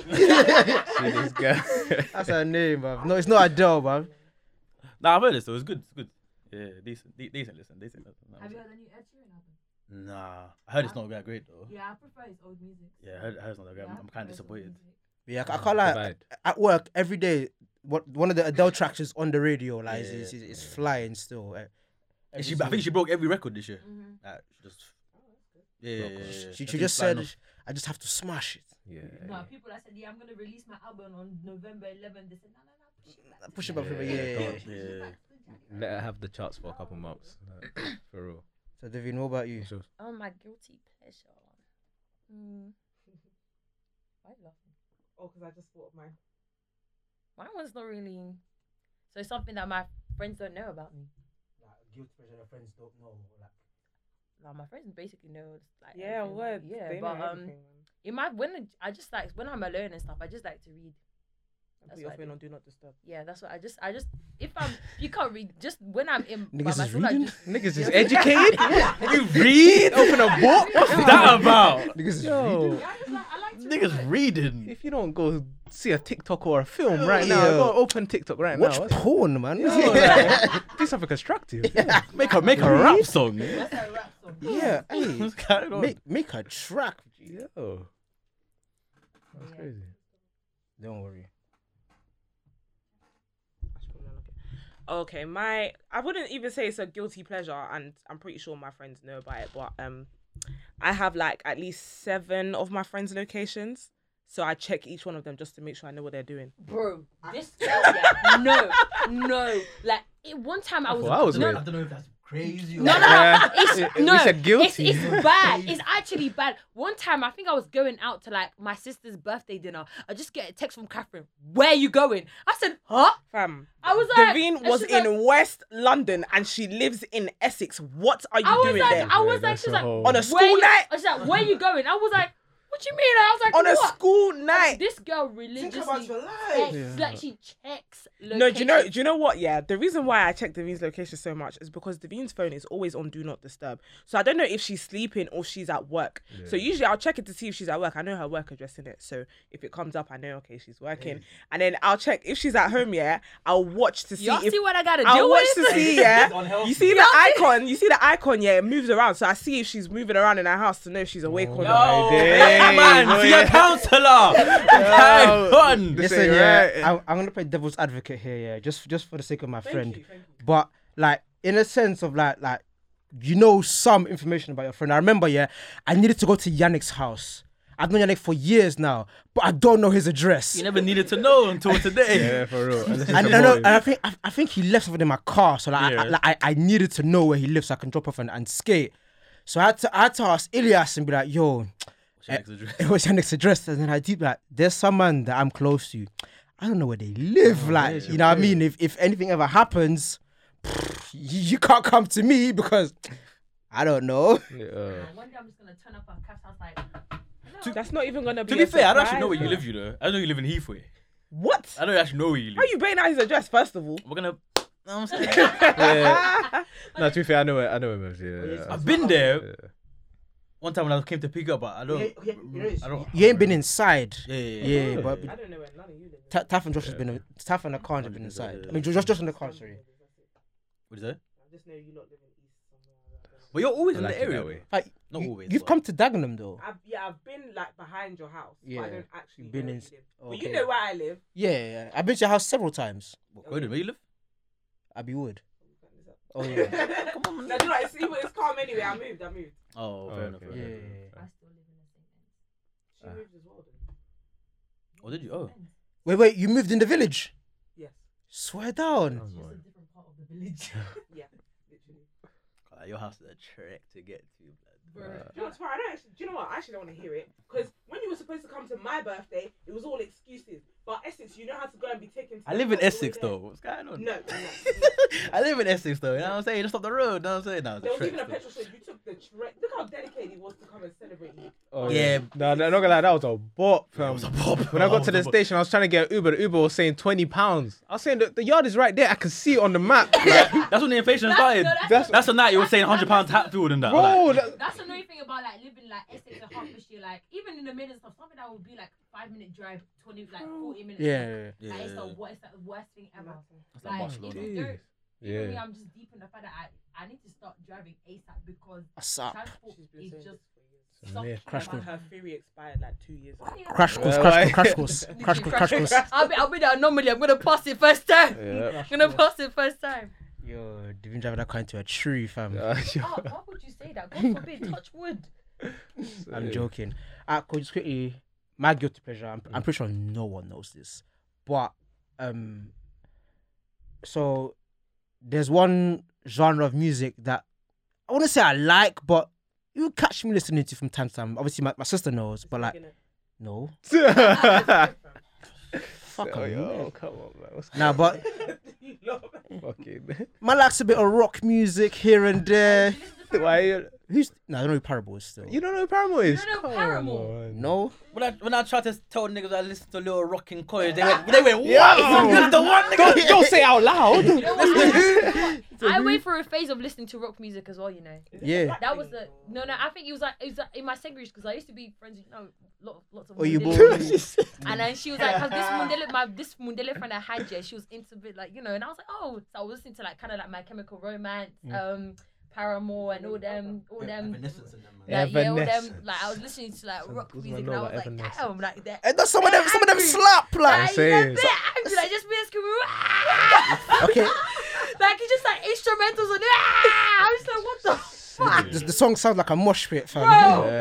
C: <laughs> See this guy.
D: That's her name, bruv. No, it's not Adele, bruv.
G: Nah, I've heard this though. It's good. It's good. Yeah, decent, de- decent. Listen, decent. Listen.
F: Have you heard the new Ed Sheeran album?
G: Nah, I heard it's not that great though.
F: Yeah, I prefer his old music.
G: Yeah, I heard, I heard it's not that great.
F: Yeah,
G: I'm,
F: I
G: I'm
F: prefer
G: kind of
F: his old
G: disappointed.
F: music.
D: Yeah, I, I can't lie.
C: Divide.
D: At work every day, what one of the Adele tracks is on the radio. Like, it's,
G: Yeah.
D: it's, it's flying still. eh.
G: And
D: Every
G: She, I
D: single-
G: think she broke every record this year.
F: Mm-hmm.
G: Like, she just. Yeah, yeah, yeah, yeah.
D: She,
G: That
D: she
G: thing's
D: just
G: flying
D: said,
G: off.
D: "I just have to smash it,
C: Yeah.
F: No, people that said, yeah, I'm going to release my album on November 11th, they said, no, no, no, push it back.
D: push it up for me." Yeah, yeah, yeah.
G: Yeah.
C: Let her have the charts for a couple months. like, for real.
D: So, Devin, what about you?
F: Oh, my guilty pleasure.
H: <laughs>
F: Mm. Why are you laughing?
H: Oh, because I just thought of my.
F: My one's not really. So it's something that my friends don't know about me.
D: Guilty pleasure your friends don't know. Like,
F: Like my friends basically know. Like,
H: Yeah,
F: everything about
H: what?
F: me. Yeah,
H: they
F: but
H: know
F: um,
H: everything, man.
F: in my when I- I just like when I'm alone and stuff, I just like to read.
H: Put
F: That's
H: your
F: what I
H: phone
F: do.
H: on do not disturb.
F: Yeah, that's what I just, I just, if I'm, you can't read, just when I'm in by
D: Niggas is
F: myself, I
D: reading?
F: just,
C: Niggas is educated. <laughs> you read, open a book. What's
G: <laughs> that about?
D: Niggas is
C: Yo,
F: I just like, I like to read.
G: Niggas reading.
C: if you don't go see a TikTok or a film right now,
D: Yo.
C: go open TikTok right
D: Watch
C: now. What's-
D: porn, man.
C: <laughs> Do something constructive.
G: Make a make a rap song.
F: That's a rap song.
D: yeah, <laughs> hey,
G: Carry on.
D: make make a track.
C: Yo, that's crazy.
D: Don't worry.
H: Okay, my I wouldn't even say it's a guilty pleasure, and I'm pretty sure my friends know about it. But um, I have like at least seven of my friends' locations, so I check each one of them just to make sure I know what they're doing.
F: Bro, this girl, yeah, no, no. Like, it, one time I was,
C: Well, that was
F: no,
C: weird.
E: I don't know if that's crazy. Or
F: No, no,
C: Yeah.
F: no. It's,
C: It- it-
F: no.
C: we said guilty.
F: It's, it's bad. It's actually bad. One time, I think I was going out to like my sister's birthday dinner. I just get a text from Catherine. Where you going? I said, huh?
H: Fam,
F: I was like,
H: Devine
F: and
H: was
F: she's
H: in
F: Like,
H: West London, and she lives in Essex. What are you
F: I was
H: doing
F: like,
H: there?
F: I was
C: Yeah,
F: like,
C: that's
F: she's
C: a
F: like,
C: whole-
H: on a
F: "Where
H: school
F: you-"
H: night.
F: She's like, where you going? I was like, what you mean? I was like,
H: On a
F: what?
H: school
F: Like,
H: night.
F: This girl religiously
E: life.
F: checks, like she checks. Location.
H: No, do you know? Do you know what? Yeah, the reason why I check Devine's location so much is because Devine's phone is always on do not disturb. So I don't know if she's sleeping or she's at work. So usually I'll check it to see if she's at work. I know her work address in it, so if it comes up, I know okay she's working. And then I'll check if she's at home. Yeah, I'll watch to see.
F: Y'all
H: if,
F: see what I gotta
H: I'll
F: deal
H: watch
F: with?
H: to <laughs> see. Yeah, you see the icon. You see the icon. Yeah, it moves around. So I see if she's moving around in her house to know if she's
G: Oh
H: awake or not.
C: My days,
G: Man, see
C: boy. <laughs>
G: your counselor. Have fun.
C: This
D: Listen,
C: ain't
D: yeah,
C: right.
D: I, I'm gonna play devil's advocate here, yeah, just just for the sake of my friend. But like, in a sense of like, like, you know, some information about your friend. I remember, yeah, I needed to go to Yannick's house. I've known Yannick for years now, but I don't know his address.
G: You never needed to know until today.
C: Yeah, for real. Unless it's
D: and,
C: a
D: and, I-
C: boy.
D: and I think I, I think he left something in my car, so like, I-
G: Yeah.
D: I, like, I, I needed to know where he lives so I can drop off and, and skate. So I had to I had to ask Ilias and be like, yo, <laughs>
G: <laughs>
D: it was your next address. And then I deep like, there's someone that I'm close to. I don't know where they live.
G: Oh,
D: like, you know what I mean? If if anything ever happens, <laughs> you, you can't come to me because I don't know.
C: Yeah.
F: One day I'm just gonna turn up on Cat's house like.
H: That's not even gonna be.
G: To be
H: a
G: fair, I don't actually
H: surprise.
G: know where you live, you know. I know you live in Heathway.
H: What?
G: I don't actually know where you
H: How
G: live.
H: you bringing out his address first of all?
G: We're gonna. Know what I'm saying?
C: Yeah. No, to be fair, I know where I know where Mavs. Yeah, yeah,
G: I've been there one time when I came to pick up, but I don't. I don't.
D: You ain't been inside.
G: Yeah, yeah, yeah.
D: Yeah, but
H: I don't know where none of you live.
D: Ta- Taff and Josh has been Taff and Akan have been inside. I mean, Josh, Josh and Akan, sorry.
G: What is that?
H: I just know you lot live in East somewhere.
G: But you're always
C: I
G: in
C: like
G: the
C: it that
G: area.
C: way.
D: Like,
G: Not
D: you,
G: always,
D: You've
G: but-
D: come to Dagenham though.
H: I've, yeah, I've been like behind your house, but
D: Yeah.
H: I don't actually
D: You've been
H: know where
D: in-
H: you live. But you
D: okay.
H: know where I live.
D: Yeah, yeah. I've been to your house several times.
G: What, Croydon, where you live?
D: Abbey Wood. Oh yeah.
H: <laughs> Come on, <laughs> no, do you know, what, it's, it's calm anyway. I moved. I moved.
G: Oh, fair enough.
C: okay.
G: fair
D: yeah.
G: enough. Ah.
H: She moved as well. Then.
G: Oh, did you? Oh,
D: Wait, wait. You moved in the village.
H: Yes.
D: Swear down.
H: Yeah. <laughs> Literally.
G: God, your house is a trek to get to, blood.
H: Do you know what's funny? I don't actually, do you know what? I actually don't want to hear it because when you were supposed to come to my birthday, it was all excuses. But Essex, you know how to go and be taken. To
G: I
H: the
G: live in
H: house all
G: Essex
H: day.
G: though. What's going on?
H: No, no.
G: <laughs> I live in Essex though. You know what I'm saying? Just up the road. You know what I'm saying? No, it's
H: There
G: a
H: was
G: trek.
H: even a
G: still.
H: petrol station. You took the trek. Look how dedicated he was to come and celebrate you.
C: Oh,
G: Yeah.
C: No, no, not gonna lie, that was a bop, fam.
G: was a bop.
C: When I
G: That
C: got
G: <laughs> was
C: to
G: a
C: the
G: bop.
C: station, I was trying to get an Uber. The Uber was saying twenty pounds. I was saying the, the yard is right there. I can see it on the
G: <laughs>
C: map. Like,
G: That's when the inflation
F: That's-
G: started.
F: no,
G: that's,
F: that's-
G: the night you were
F: that's-
G: saying hundred pounds
F: that's-
G: Hatfield and that.
C: bro,
G: like,
C: that-
F: That's the annoying thing about like living like Essex and Hertfordshire. Like even in the middle of stuff, something that would be like five minute drive, twenty like forty minutes.
D: Yeah.
G: yeah,
F: Like, it's the
G: yeah.
F: worst, it's the worst thing ever.
G: That's like
F: Like,
G: Barcelona.
F: even though, even me,
C: yeah.
F: I'm just deep in the fact that I, I need to start driving ASAP because
D: ASAP.
F: transport
H: She's been
F: is
H: saying
F: just
C: It's a
F: something
C: myth.
D: Ah. Crash
F: about
D: course.
H: Her theory expired like two years ago.
F: it.
D: Crash course,
C: Yeah,
D: crash
C: why?
D: course, crash course, crash course, crash course.
F: <laughs>
D: <laughs>
F: I'll be, I'll be the anomaly. I'm gonna pass it first time. <laughs>
C: Yeah. <laughs>
F: I'm gonna pass it first time.
D: Yo, they've been driving that car into a tree, fam.
C: Uh, yeah.
F: Oh, why would you say that? God
D: <laughs>
F: forbid. Touch wood.
D: I'm
C: <laughs>
D: joking. Uh, could just quickly, my guilty pleasure. I'm, I'm pretty sure no one knows this, but um, so there's one genre of music that I want to say I like, but you catch me listening to from time to time. Obviously, my, my sister knows, but like, no, fuck
C: oh,
D: her,
C: yo,
D: man.
C: come on, man. What's
D: Nah, <laughs> but
C: fucking?
D: my likes a bit of rock music here and there.
C: <laughs> Why? you-
D: Who's no? I don't know who Parable is still.
C: You don't know who Paramore is?
F: don't know
C: Come
F: Paramore?
C: on.
D: <laughs> no.
G: When I when I tried to tell niggas I listened to Little Rock and College, they went they went what? That's the one nigga.
C: Don't, don't say it out loud.
F: You know
D: <laughs>
F: what? I wait for a phase of listening to rock music as well, you know. <laughs>
D: Yeah.
F: That was the no, no. I think it was like it was like in my secondary because I used to be friends, with, you know, lot, lots of.
D: Oh, <laughs> you
F: Mundele
D: boy.
F: people. And then she was like, "Cause this Mundele, my this Mundele friend I had, yeah, she was into a bit like you know." And I was like, "Oh," so I was listening to like kind of like My Chemical Romance, um, Paramore, and all them, all them. Like, yeah, all them,
C: Evanescence.
F: like I was listening to like rock
C: Guzman
F: music, and I
C: Nova,
F: was like,
C: Evanescence.
F: damn, like that.
D: And that's some of them. Some of them slap
F: Like,
D: like.
F: you know,
C: saying.
F: they're angry, like just being screaming.
D: Okay.
F: like it's just like instrumentals and I'm just like, what the fuck?
D: The, the song sounds like a mosh pit, fam.
F: Bro. And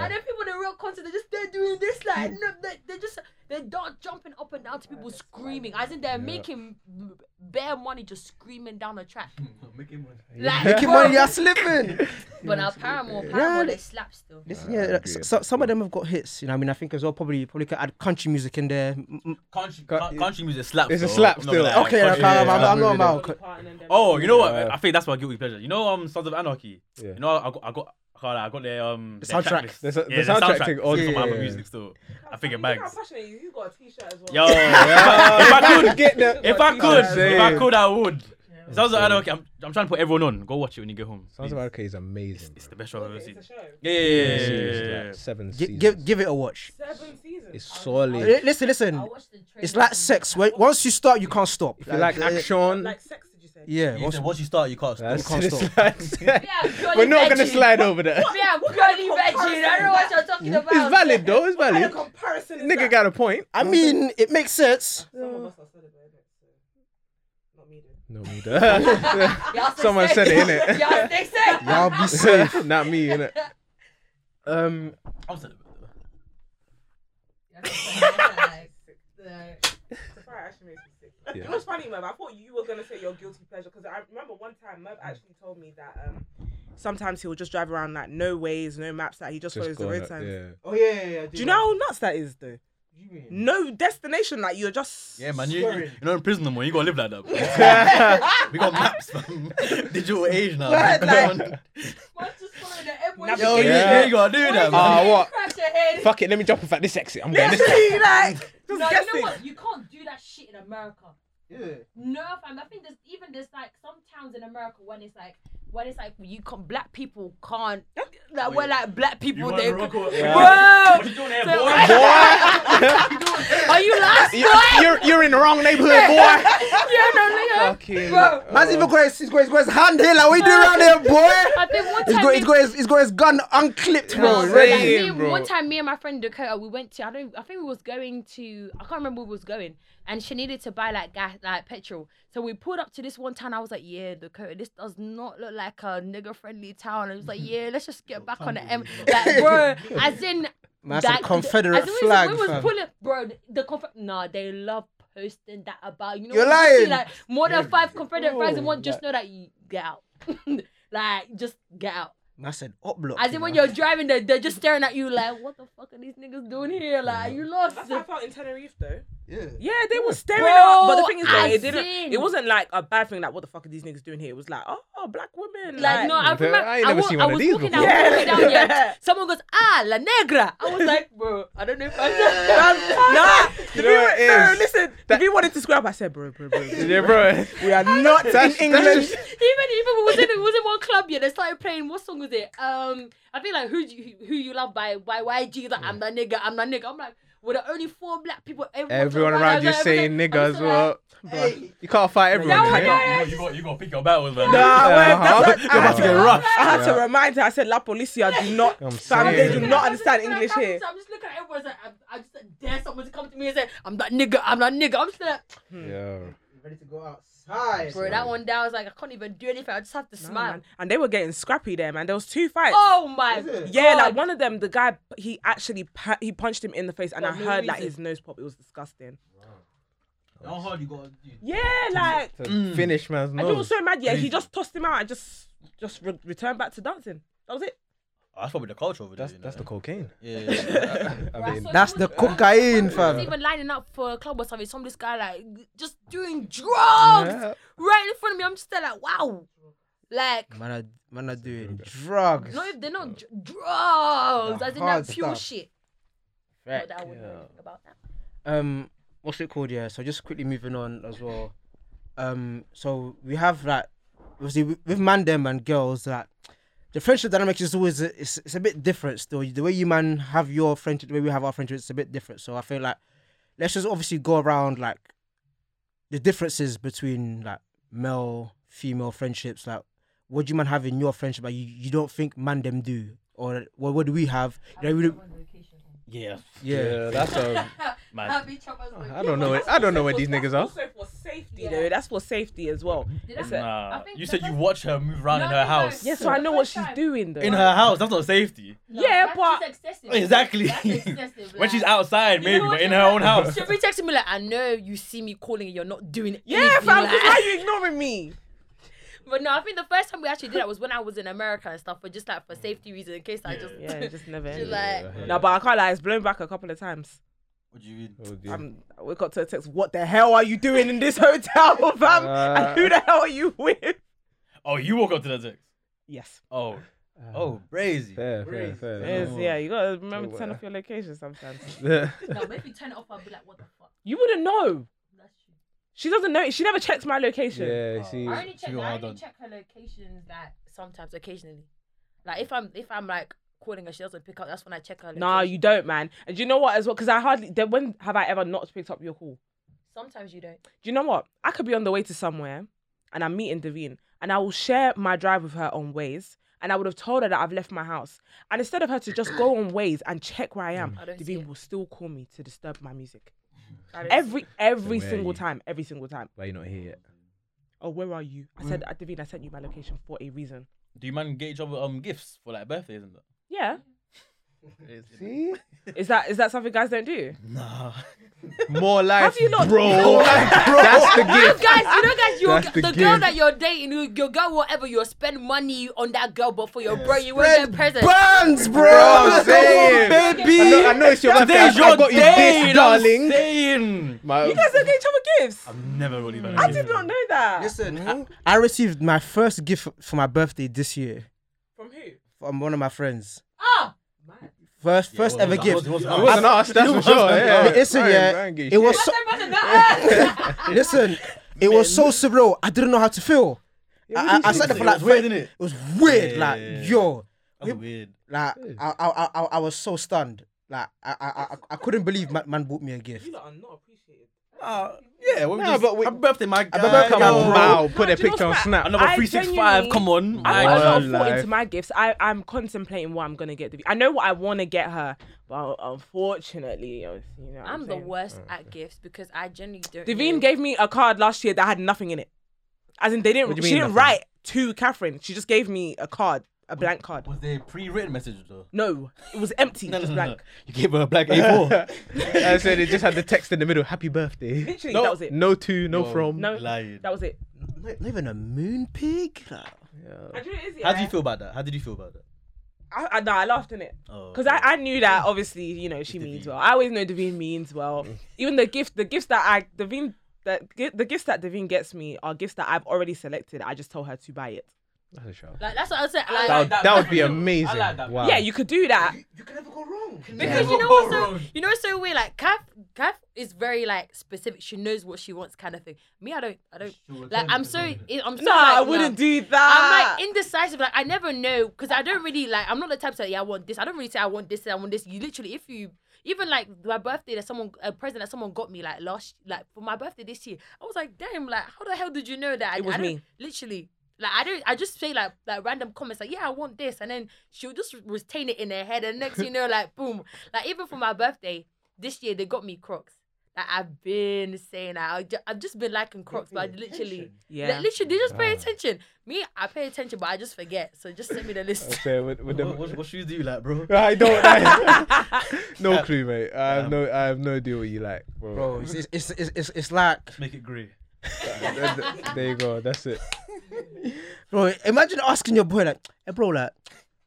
C: Yeah.
F: then people in the real concert, they're just they're doing this like no, they they're just they're not jumping up and down to people screaming. As in they're making bare money just screaming down the track. Like,
D: <laughs> Making
F: bro,
D: money, you're <laughs> slipping.
F: But now Paramore, Paramore,
D: they-
F: they slap still.
D: Listen, yeah, like,
C: agree.
D: so, some of them have got hits. You know, what I mean, I think as well. Probably, probably could add country music in there. Mm, mm.
G: Country, cu- country music slaps.
C: It's a
G: though.
C: slap
G: I'm not
C: still.
G: gonna lie.
D: Okay,
G: Country
D: okay,
G: music
D: I'm,
G: slaps.
D: I'm, not about.
G: Oh, you know what?
C: Yeah.
G: I think that's my guilty pleasure. You know, um, Sons of Anarchy.
C: Yeah.
G: You know, I got, I got, I got, I got their um
D: The
G: their
D: soundtrack.
G: tracklist.
C: The so- the
G: yeah,
C: soundtrack thing. Oh,
G: It's on my
C: yeah.
G: Apple music still. I think it
H: Look
G: bags.
H: how passionate you. You got a T-shirt as well.
C: <laughs>
G: Yo, if I could,
C: Get the
G: if I could, if I
C: Same.
G: could, I would. Sounds like Anarchy. I'm, I'm trying to put everyone on. Go watch it when you get home.
C: Sounds
G: please.
C: of Anarchy is amazing.
G: It's the best show I've ever seen.
H: It's a show.
G: Yeah, yeah, yeah, yeah, yeah,
C: Series,
G: yeah,
C: like, seven
D: Gi-
C: seasons.
D: give, give it a watch.
H: Seven seasons.
C: It's
D: Li-
C: solid.
D: Listen,
F: I
D: listen.
F: watched the trailer.
D: It's like sex. When, once you start, you can't stop. uh,
C: If you like action,
H: Like sex, did you say?
D: yeah.
E: You
D: Once,
E: said once you start, you can't stop.
C: that's
D: can't
C: it's
F: <laughs>
D: stop.
C: like-
F: Yeah,
C: <laughs> we're not gonna slide over that.
F: Yeah,
C: <laughs>
F: bloody veggie. I don't know what you're talking about.
C: It's
F: <laughs>
C: valid though. It's
H: What kind
C: valid.
H: of comparison is
C: Nigga
H: that?
C: got a point.
D: I mean, it makes sense.
H: Some of us are celebrating it, so not me though.
C: No, <laughs> me don't. <laughs>
F: Y'all stay
C: Someone
F: safe.
C: said it,
F: <laughs>
C: innit?
F: Y'all stay safe.
C: <laughs>
D: I'll be safe.
C: Not me, innit? Um,
G: I'm sorry.
F: <laughs>
H: Safari actually makes me sick.
C: Yeah.
H: It was funny, Merv. I thought you were gonna say your guilty pleasure because I remember one time Merv actually told me that um sometimes he will just drive around like no ways, no maps, that he just,
C: just
H: follows the
C: go
H: road
C: like-
H: signs.
C: yeah.
E: Oh yeah, yeah, yeah.
H: Do you know how nuts that is though? No destination, like you're just
G: Yeah, man. You, you're not in prison no more. You gotta live like that. bro.
C: <laughs>
G: we got
E: <laughs>
G: maps, fam. Digital age now.
H: Right,
G: Come
H: like-
G: on. Yo,
H: Navigate.
G: you-
C: Yeah.
G: you ain't gotta do that, man.
C: Ah, what?
F: Crash your head.
C: Fuck it. Let me jump off at this exit. I'm going this.
H: Literally, <laughs> like just
F: No,
H: guessing.
F: you know what? You can't do that shit in America.
E: Yeah.
F: No, fam. I think there's even there's like some towns in America when it's like when it's like you can black people can't like when like black people
G: <laughs>
F: they bro. So- Are you lost, boy?
C: You're, you're you're in the wrong neighborhood, boy.
F: <laughs> yeah, no, nigga.
C: Fucking.
F: Bro,
D: Man's even got his, he's got his, got his hand here, like what you do around here, boy?
F: <laughs> I think one
D: He's
F: time
D: got,
F: me-
D: he's, got his, he's got his gun unclipped, bro.
C: Yeah.
D: ready.
F: Like, me
C: Same,
F: and-
C: bro.
F: One time, me and my friend Dakota, we went to. I don't. I think we was going to. I can't remember where we was going, and she needed to buy like gas, like petrol. So we pulled up to this one town. I was like, "Yeah, Dakota, this does not look like a nigger friendly town." And it was like, "Yeah, let's just get back on the M." Like, bro, as in
D: Man, that's a
F: that-
D: Confederate
F: as in, we was-
D: flag,
F: We was
D: fam.
F: pulling, bro. The, the Confe- nah, they love posting that about you. Know
D: You're
F: when you see,
D: lying.
F: Like more than five Confederate flags in
C: Oh,
F: one.
C: like-
F: Just know that you get out. <laughs> like, just get out.
D: Man said up block.
F: As
D: you
F: in when
D: know.
F: you're driving, they're, they're just staring at you like, what the fuck are these niggas doing here? Like, you lost.
H: That's how I felt in Tenerife though.
E: Yeah.
H: Yeah, they were staring
F: Bro,
H: at us. But the thing is though,
F: as
H: it didn't
F: in-
H: it wasn't like a bad thing like what the fuck are these niggas doing here? It was like, oh, black women.
F: Like, no, I
C: ain't
F: remember.
C: never
F: wa-
C: seen one of
F: was
C: these
F: walking
C: before.
F: Down, walking
H: Yeah.
F: down, yeah. Someone goes, ah, La Negra. I was like, bro, I don't know if
H: <laughs>
F: I
H: <laughs> nah,
C: You know what it
H: no,
C: is?
H: listen. if you wanted to scrap, I said, bro,
C: <laughs>
H: bro, bro. bro.
C: Yeah, bro.
D: we are not
C: That's-
D: in
C: that's
D: England.
C: just-
F: Even even we was in we was in one club, yeah, they started playing what song was it? Um I think like who Do You- who you love by by YG, like I'm that nigga, I'm that nigga. I'm like, we're the only four black people everyone,
C: Everyone around you saying nigga as well. Bruh, You can't fight everyone.
F: That one,
C: innit?
F: yeah.
G: You got- you got, you got to pick your battles, man.
H: Nah,
C: Yeah,
H: wait,
C: huh?
H: that's what,
C: You're about to get roughed.
H: I had to remind her. I said, "La policia, do not,
C: I'm
H: fam, they
C: saying.
H: do
C: Yeah.
H: not understand English here."
F: I'm just looking at everyone. Like, I, I just dare someone to come to me and say, "I'm that nigga. I'm that nigga." I'm just like,
C: Yeah.
E: Ready to go outside.
F: bro, that one down. I was like, I can't even do anything. I just have to
H: No,
F: smile.
H: man. And they were getting scrappy there, man. There was two fights.
F: Oh my.
E: it?
H: yeah, like
F: God.
H: one of them, the guy, he actually pu- he punched him in the face, and
F: For
H: I
F: no
H: heard like
F: reason.
H: his nose pop. It was disgusting.
E: How hard you got?
H: Yeah, like
C: To Finish man's
H: and he was
C: nose.
H: so mad. Yeah, he
G: Crazy.
H: just tossed him out and just just re- returned back to dancing. That was it.
G: Oh, That's probably the culture over there.
C: That's
G: you know?
C: that's the cocaine.
G: Yeah, yeah, yeah.
C: I mean,
D: That's the
F: I
D: cocaine,
F: was
D: fam.
F: even lining up for a club or something. Some of this guy like just doing drugs
C: yeah.
F: right in front of me. I'm just there like, wow. Like,
D: Man, are, man are doing drugs.
F: no, if they're not dr- drugs, as in
D: hard
F: that pure
D: stuff.
F: shit. Not
D: Right.
F: that I would know anything about that.
D: um what's it called yeah so just quickly moving on as well um so we have that obviously with with man them and girls that the friendship dynamic is always it's, it's a bit different still the way you man have your friendship the way we have our friendship it's a bit different so i feel like let's just obviously go around like the differences between like male female friendships like what do you man have in your friendship that you, you don't think man them do or what, what do we have you know, we don't,
G: Yeah.
D: yeah
C: that's a.
D: <laughs>
G: Man.
C: I don't know. I don't know where these niggas are.
H: Also for safety,
F: Yeah.
H: though. That's for safety as well. It's a-
G: Nah.
F: think
G: You
F: the
G: said you
F: first-
G: watch her move around in
F: No,
G: her
F: no,
G: house.
H: yeah,
F: Yes.
H: so I know what she's doing though.
G: In her house, that's not safety.
H: Yeah, but-
F: that's excessive.
G: Oh, Exactly.
F: That's excessive,
G: <laughs> When she's
F: like-
G: outside,
F: You
G: maybe,
F: know
G: but
F: what
G: in
F: you
G: her own
F: have-
G: house.
F: She'll be texting me like, I know you see me calling and you're not doing
H: yeah,
F: anything.
H: fam.
F: like-
H: 'cause Why are you ignoring me?
F: But no, I think the first time we actually did that was when I was in America and stuff, but just like for safety reasons, in case I just. <laughs>
H: Yeah, it just never.
F: She's
H: ended.
F: like,
H: No, but I can't lie. It's blown back a couple of times.
G: What do you mean?
H: Um, I woke up to a text. What the hell are you doing in this hotel, fam?
C: Uh,
H: and who the hell are you with?
G: Oh, you woke up to the text.
H: Yes.
G: Oh. Oh, brazy.
C: Fair, fair,
G: Brazy.
C: fair.
H: It is, yeah, you gotta remember
C: Oh,
H: to turn
C: wow.
H: off your location sometimes.
F: no, but if you turn it off, I'll be like, what the fuck?
H: You wouldn't know.
F: That's true.
H: She doesn't know. She never checks my
C: <laughs>
H: location.
C: yeah, see.
F: I only check,
G: got
F: I
G: hard
F: only
G: on.
F: check her locations like sometimes, occasionally. Like if I'm if I'm like calling her, she doesn't pick up. That's when I check her. Location.
H: Nah, you don't, man. And do you know what as well? Because I hardly. Then when have I ever not picked up your call?
F: Sometimes you don't.
H: Do you know what? I could be on the way to somewhere, and I'm meeting Devine, and I will share my drive with her on Waze, and I would have told her that I've left my house. And instead of her to just go on Waze and check where I am,
F: I don't see
H: Devine
F: it.
H: will still call me to disturb my music.
F: I don't
H: Every every
C: where are
H: single
C: you?
H: time, every single time.
C: Why you not here yet?
H: Oh, where are you? I said, uh, Devine, I sent you my location for a reason.
G: Do you man get each other um gifts for like birthdays and that?
H: Yeah.
C: See?
H: Is that is that something guys don't do?
G: Nah.
C: More life,
H: you not-
C: bro.
G: Oh,
C: That's the
F: You
C: gift.
F: guys, you know, guys, you
C: That's the
F: the, girl
C: gift.
F: that you're dating, you- your girl, whatever, you'll spend money on that girl, but for your bro, you won't get presents.
D: Bands, bro.
C: I'm saying.
D: Come on, baby.
C: I know, I know it's your birthday.
G: Today's
C: I've
G: your
C: got you
G: day,
C: this,
G: darling.
C: darling.
G: Saying.
C: My,
H: You guys don't get each other gifts.
G: I've never really been.
H: I did not know that.
D: Listen, I, I received my first gift for my birthday this year
H: From who?
D: from one of my friends.
F: Ah,
D: First, first ever
G: was-
D: gift.
G: was- was-
D: I-
C: it wasn't us,
D: <laughs>
C: that's for sure. Yeah.
D: Li- Listen,
C: I ain't- I
D: yeah,
C: ain't getting
D: it was.
C: shit.
D: So,
F: That's
D: listen, it was so surreal. I didn't know how to feel. I, I, I sat there for
G: It
D: like
G: was weird,
D: thir-
G: innit?
D: It was weird.
G: Yeah,
D: Like,
G: yeah, yeah.
D: yo,
G: That's weird.
D: like I, I, I, I- I was so stunned. Like, I, I, I, I couldn't believe man, man bought me a gift.
H: lot are not appreciated.
G: Uh, yeah, we
C: Nah,
G: just,
C: but we-
G: happy birthday, my guy.
D: birthday,
C: Come
D: Yo.
C: on, wow. Put
H: No,
C: a
H: do you know
C: picture on
H: what's
C: Snap.
G: Another
H: I
G: three six five.
H: genuinely-
G: Come on.
H: I
G: My
H: put a lot of
C: Wow.
H: thought
C: Life.
H: into my gifts. I, I'm contemplating what I'm gonna get. Devi- I know what I want to get her, but unfortunately, you know, what
F: I'm the
H: saying?
F: worst at gifts because I generally don't.
H: Devine
F: know.
H: gave me a card last year that had nothing in it. As in, they didn't.
C: What do you
H: She
C: mean
H: didn't
C: nothing?
H: write to Catherine. She just gave me a card, a blank card.
G: Was there a pre-written message though?
H: No, it was empty,
G: No, no,
H: just
G: no,
H: blank.
G: no. You gave her a black <laughs> A4.
C: <laughs> I said it just had the text in the middle. Happy birthday.
H: Literally,
G: No.
H: that was it.
C: No to, no
G: Yo,
C: from.
H: No.
G: Lying.
H: That was it.
D: Not, not even a moon pig. Like,
H: And you know what it is,
G: How do you
H: yeah?
G: feel about that? How did you feel about that?
H: I, I, no, I laughed in it.
G: Oh,
H: Because I, I knew that obviously, you know, she means well. I always know Devine means <laughs> well. Even the gift, the gifts that I, Devine, that gi- the gifts that Devine gets me are gifts that I've already selected. I just told her to buy it.
C: That's a shout.
F: Like that's what I said. Like,
C: That would, that would be amazing. Wow.
H: Yeah, you could do <laughs> that.
F: because you know what's so you know what's so weird. Like Kath, Kath is very like specific. She knows what she wants, kind of thing. Me, I don't. I don't. Like I'm so. I'm so. like,
H: No, I wouldn't
F: nah.
H: do
F: I'm
H: that.
F: like indecisive. Like I never know because I don't really like. I'm not the type to say, yeah, I want this. I don't really say I want this. I want this. You literally, if you even like my birthday that someone a present that someone got me like last like for my birthday this year, I was like, damn, like how the hell did you know that? I,
H: It was
F: I don't-
H: me.
F: Literally. Like I don't, I just say like like random comments like yeah I want this and then she'll just retain it in her head and next you know like boom like even for my birthday this year they got me Crocs like I've been saying that I ju- I've just been liking Crocs but I literally
H: yeah.
F: like, literally, they just
C: Uh.
F: pay attention. Me, I pay attention, but I just forget. So just send me the list.
C: Fair, with, with
G: <laughs> What,
C: them-
G: what, what shoes do you like, <laughs> bro?
C: I don't. I- no clue, mate. I have no. I have no idea what you like, bro.
D: bro, it's, it's, it's, it's, it's like
G: Make it grey.
C: Th- th- there you go. That's it.
D: Bro, imagine asking your boy like, hey bro, like,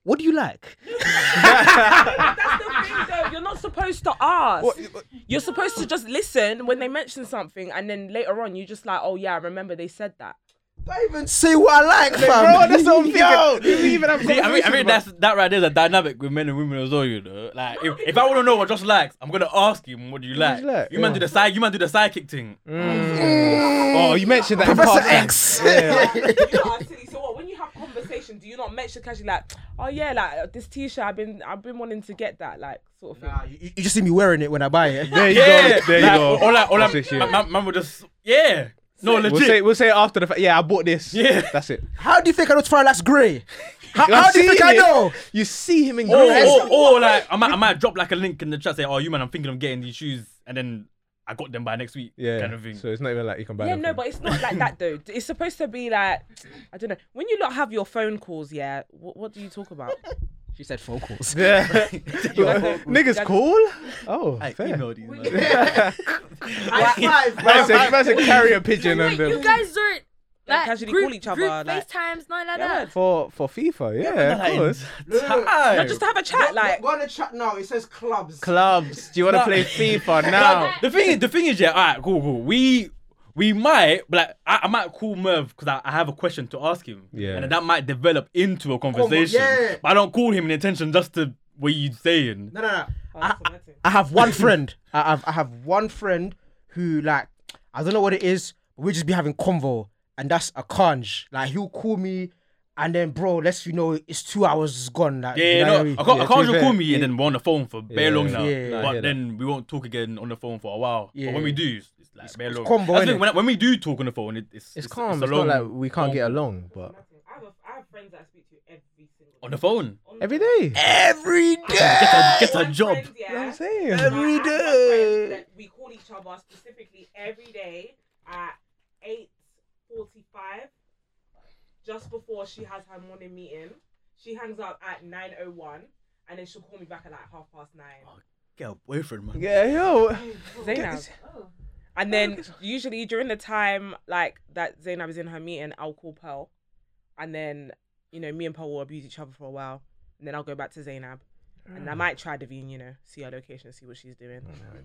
D: what do you like?
H: That's the thing, though. You're not supposed to ask. You're supposed to just listen when they mention something, and then later on, you just like, oh yeah, I remember they said that.
D: Can't even say what I like, fam.
C: Bro, that's
D: <laughs>
C: what I'm thinking. You even have
G: See, I mean, I
C: conversation
G: mean
C: about-
G: that's that right there's a dynamic with men and women as well, you know. Like, if, if I want to know what Josh likes, I'm gonna ask him, "What do you like?"
C: do you like?
G: You man do the side, you man do the sidekick thing.
C: Oh, you mentioned that. in
D: Professor
C: part one.
D: X.
C: <laughs>
G: <laughs>
H: you lot are silly. So what? When you have conversation, do you not mention casually like, oh yeah, like this T-shirt, I've been, I've been wanting to get that, like sort of thing.
D: Nah, you, you just see me wearing it when I buy it.
C: There you
G: Yeah,
C: go. There
G: like,
C: you go.
G: Or like, or
C: That's
G: like,
C: it, yeah.
G: man, man, man will just, yeah, no, legit.
C: We'll say, we'll say it after the fact. Yeah, I bought this.
G: Yeah.
C: that's it.
D: How do you think I know Twilight Grey? How,
C: I've
D: how do you think
C: seen
D: I
C: it.
D: know?
C: You see him in
G: Or,
C: green.
G: or, or like, I might, I might drop like a link in the chat, say, "Oh, you man, I'm thinking of getting these shoes," and then I got them by next week,
C: yeah,
G: kind of thing.
C: so it's not even like you can buy.
H: Yeah,
C: them
H: no,
C: from-
H: but it's not like that though. It's supposed to be like, I don't know. When you lot have your phone calls, yeah, what, what do you talk about?
D: She said phone calls.
C: yeah.
H: Yeah.
C: niggas cool. Oh,
G: I
C: fair. <laughs>
G: emailed you. man. <laughs>
C: That's a, that's a carrier pigeon
F: Wait,
C: <laughs> and um,
F: you
C: them.
F: guys don't
H: Like,
F: like
H: casually
F: group,
H: call each other,
F: group
H: like-
F: FaceTimes, nothing like
H: Yeah,
F: that.
C: For for FIFA, yeah, of course.
H: No, just to have a chat, like.
I: on the chat now. It says clubs.
C: Clubs. Do you want to play <laughs> FIFA now?
G: Like, the thing is, the thing is, yeah. All right, cool, cool. We we might, but like, I, I might call Merv because I, I have a question to ask him.
C: Yeah.
G: and that might develop into a conversation.
I: yeah.
G: But I don't call him in intention just to what you saying.
I: No, no, no.
D: I have
G: <laughs>
D: one friend. I have I have one friend who like I don't know what it is. We just be having convo, and that's a conj. Like he'll call me, and then bro, let's you know it's two hours gone. Like,
G: Yeah,
D: you know
G: no,
D: what I
G: I
D: mean?
G: can't, I
C: Yeah,
G: can't
C: to be
G: just call
C: fair,
G: me and then we're on the phone for bare long now.
D: Yeah. Nah, I
C: hear
G: but
C: that.
G: then we won't talk again on the phone for a while. But
D: Yeah.
G: when we do, it's, it's like bare long.
D: combo,
G: That's the
D: innit?
G: thing, when, when we do talk on the phone, it, it's,
C: It's calm.
G: a
C: It's not
G: long
C: like we can't get
G: convo.
C: along, but
H: I have, a, I have friends that I speak to every single
G: on the phone.
C: every day.
D: every day.
G: Get a job.
C: You know what I'm saying.
D: Every day.
H: we call each other specifically every day at eight forty-five, just before she has her morning meeting. She hangs out at nine oh one, and then she'll call me back at like half past nine.
G: Get a boyfriend, man.
C: Yeah, yo.
H: Zainab. And then usually during the time like that Zainab is in her meeting, I'll call Pearl, and then you know me and Pearl will abuse each other for a while, and then I'll go back to Zainab. And I might try Davine, you know, see her location, see what she's doing.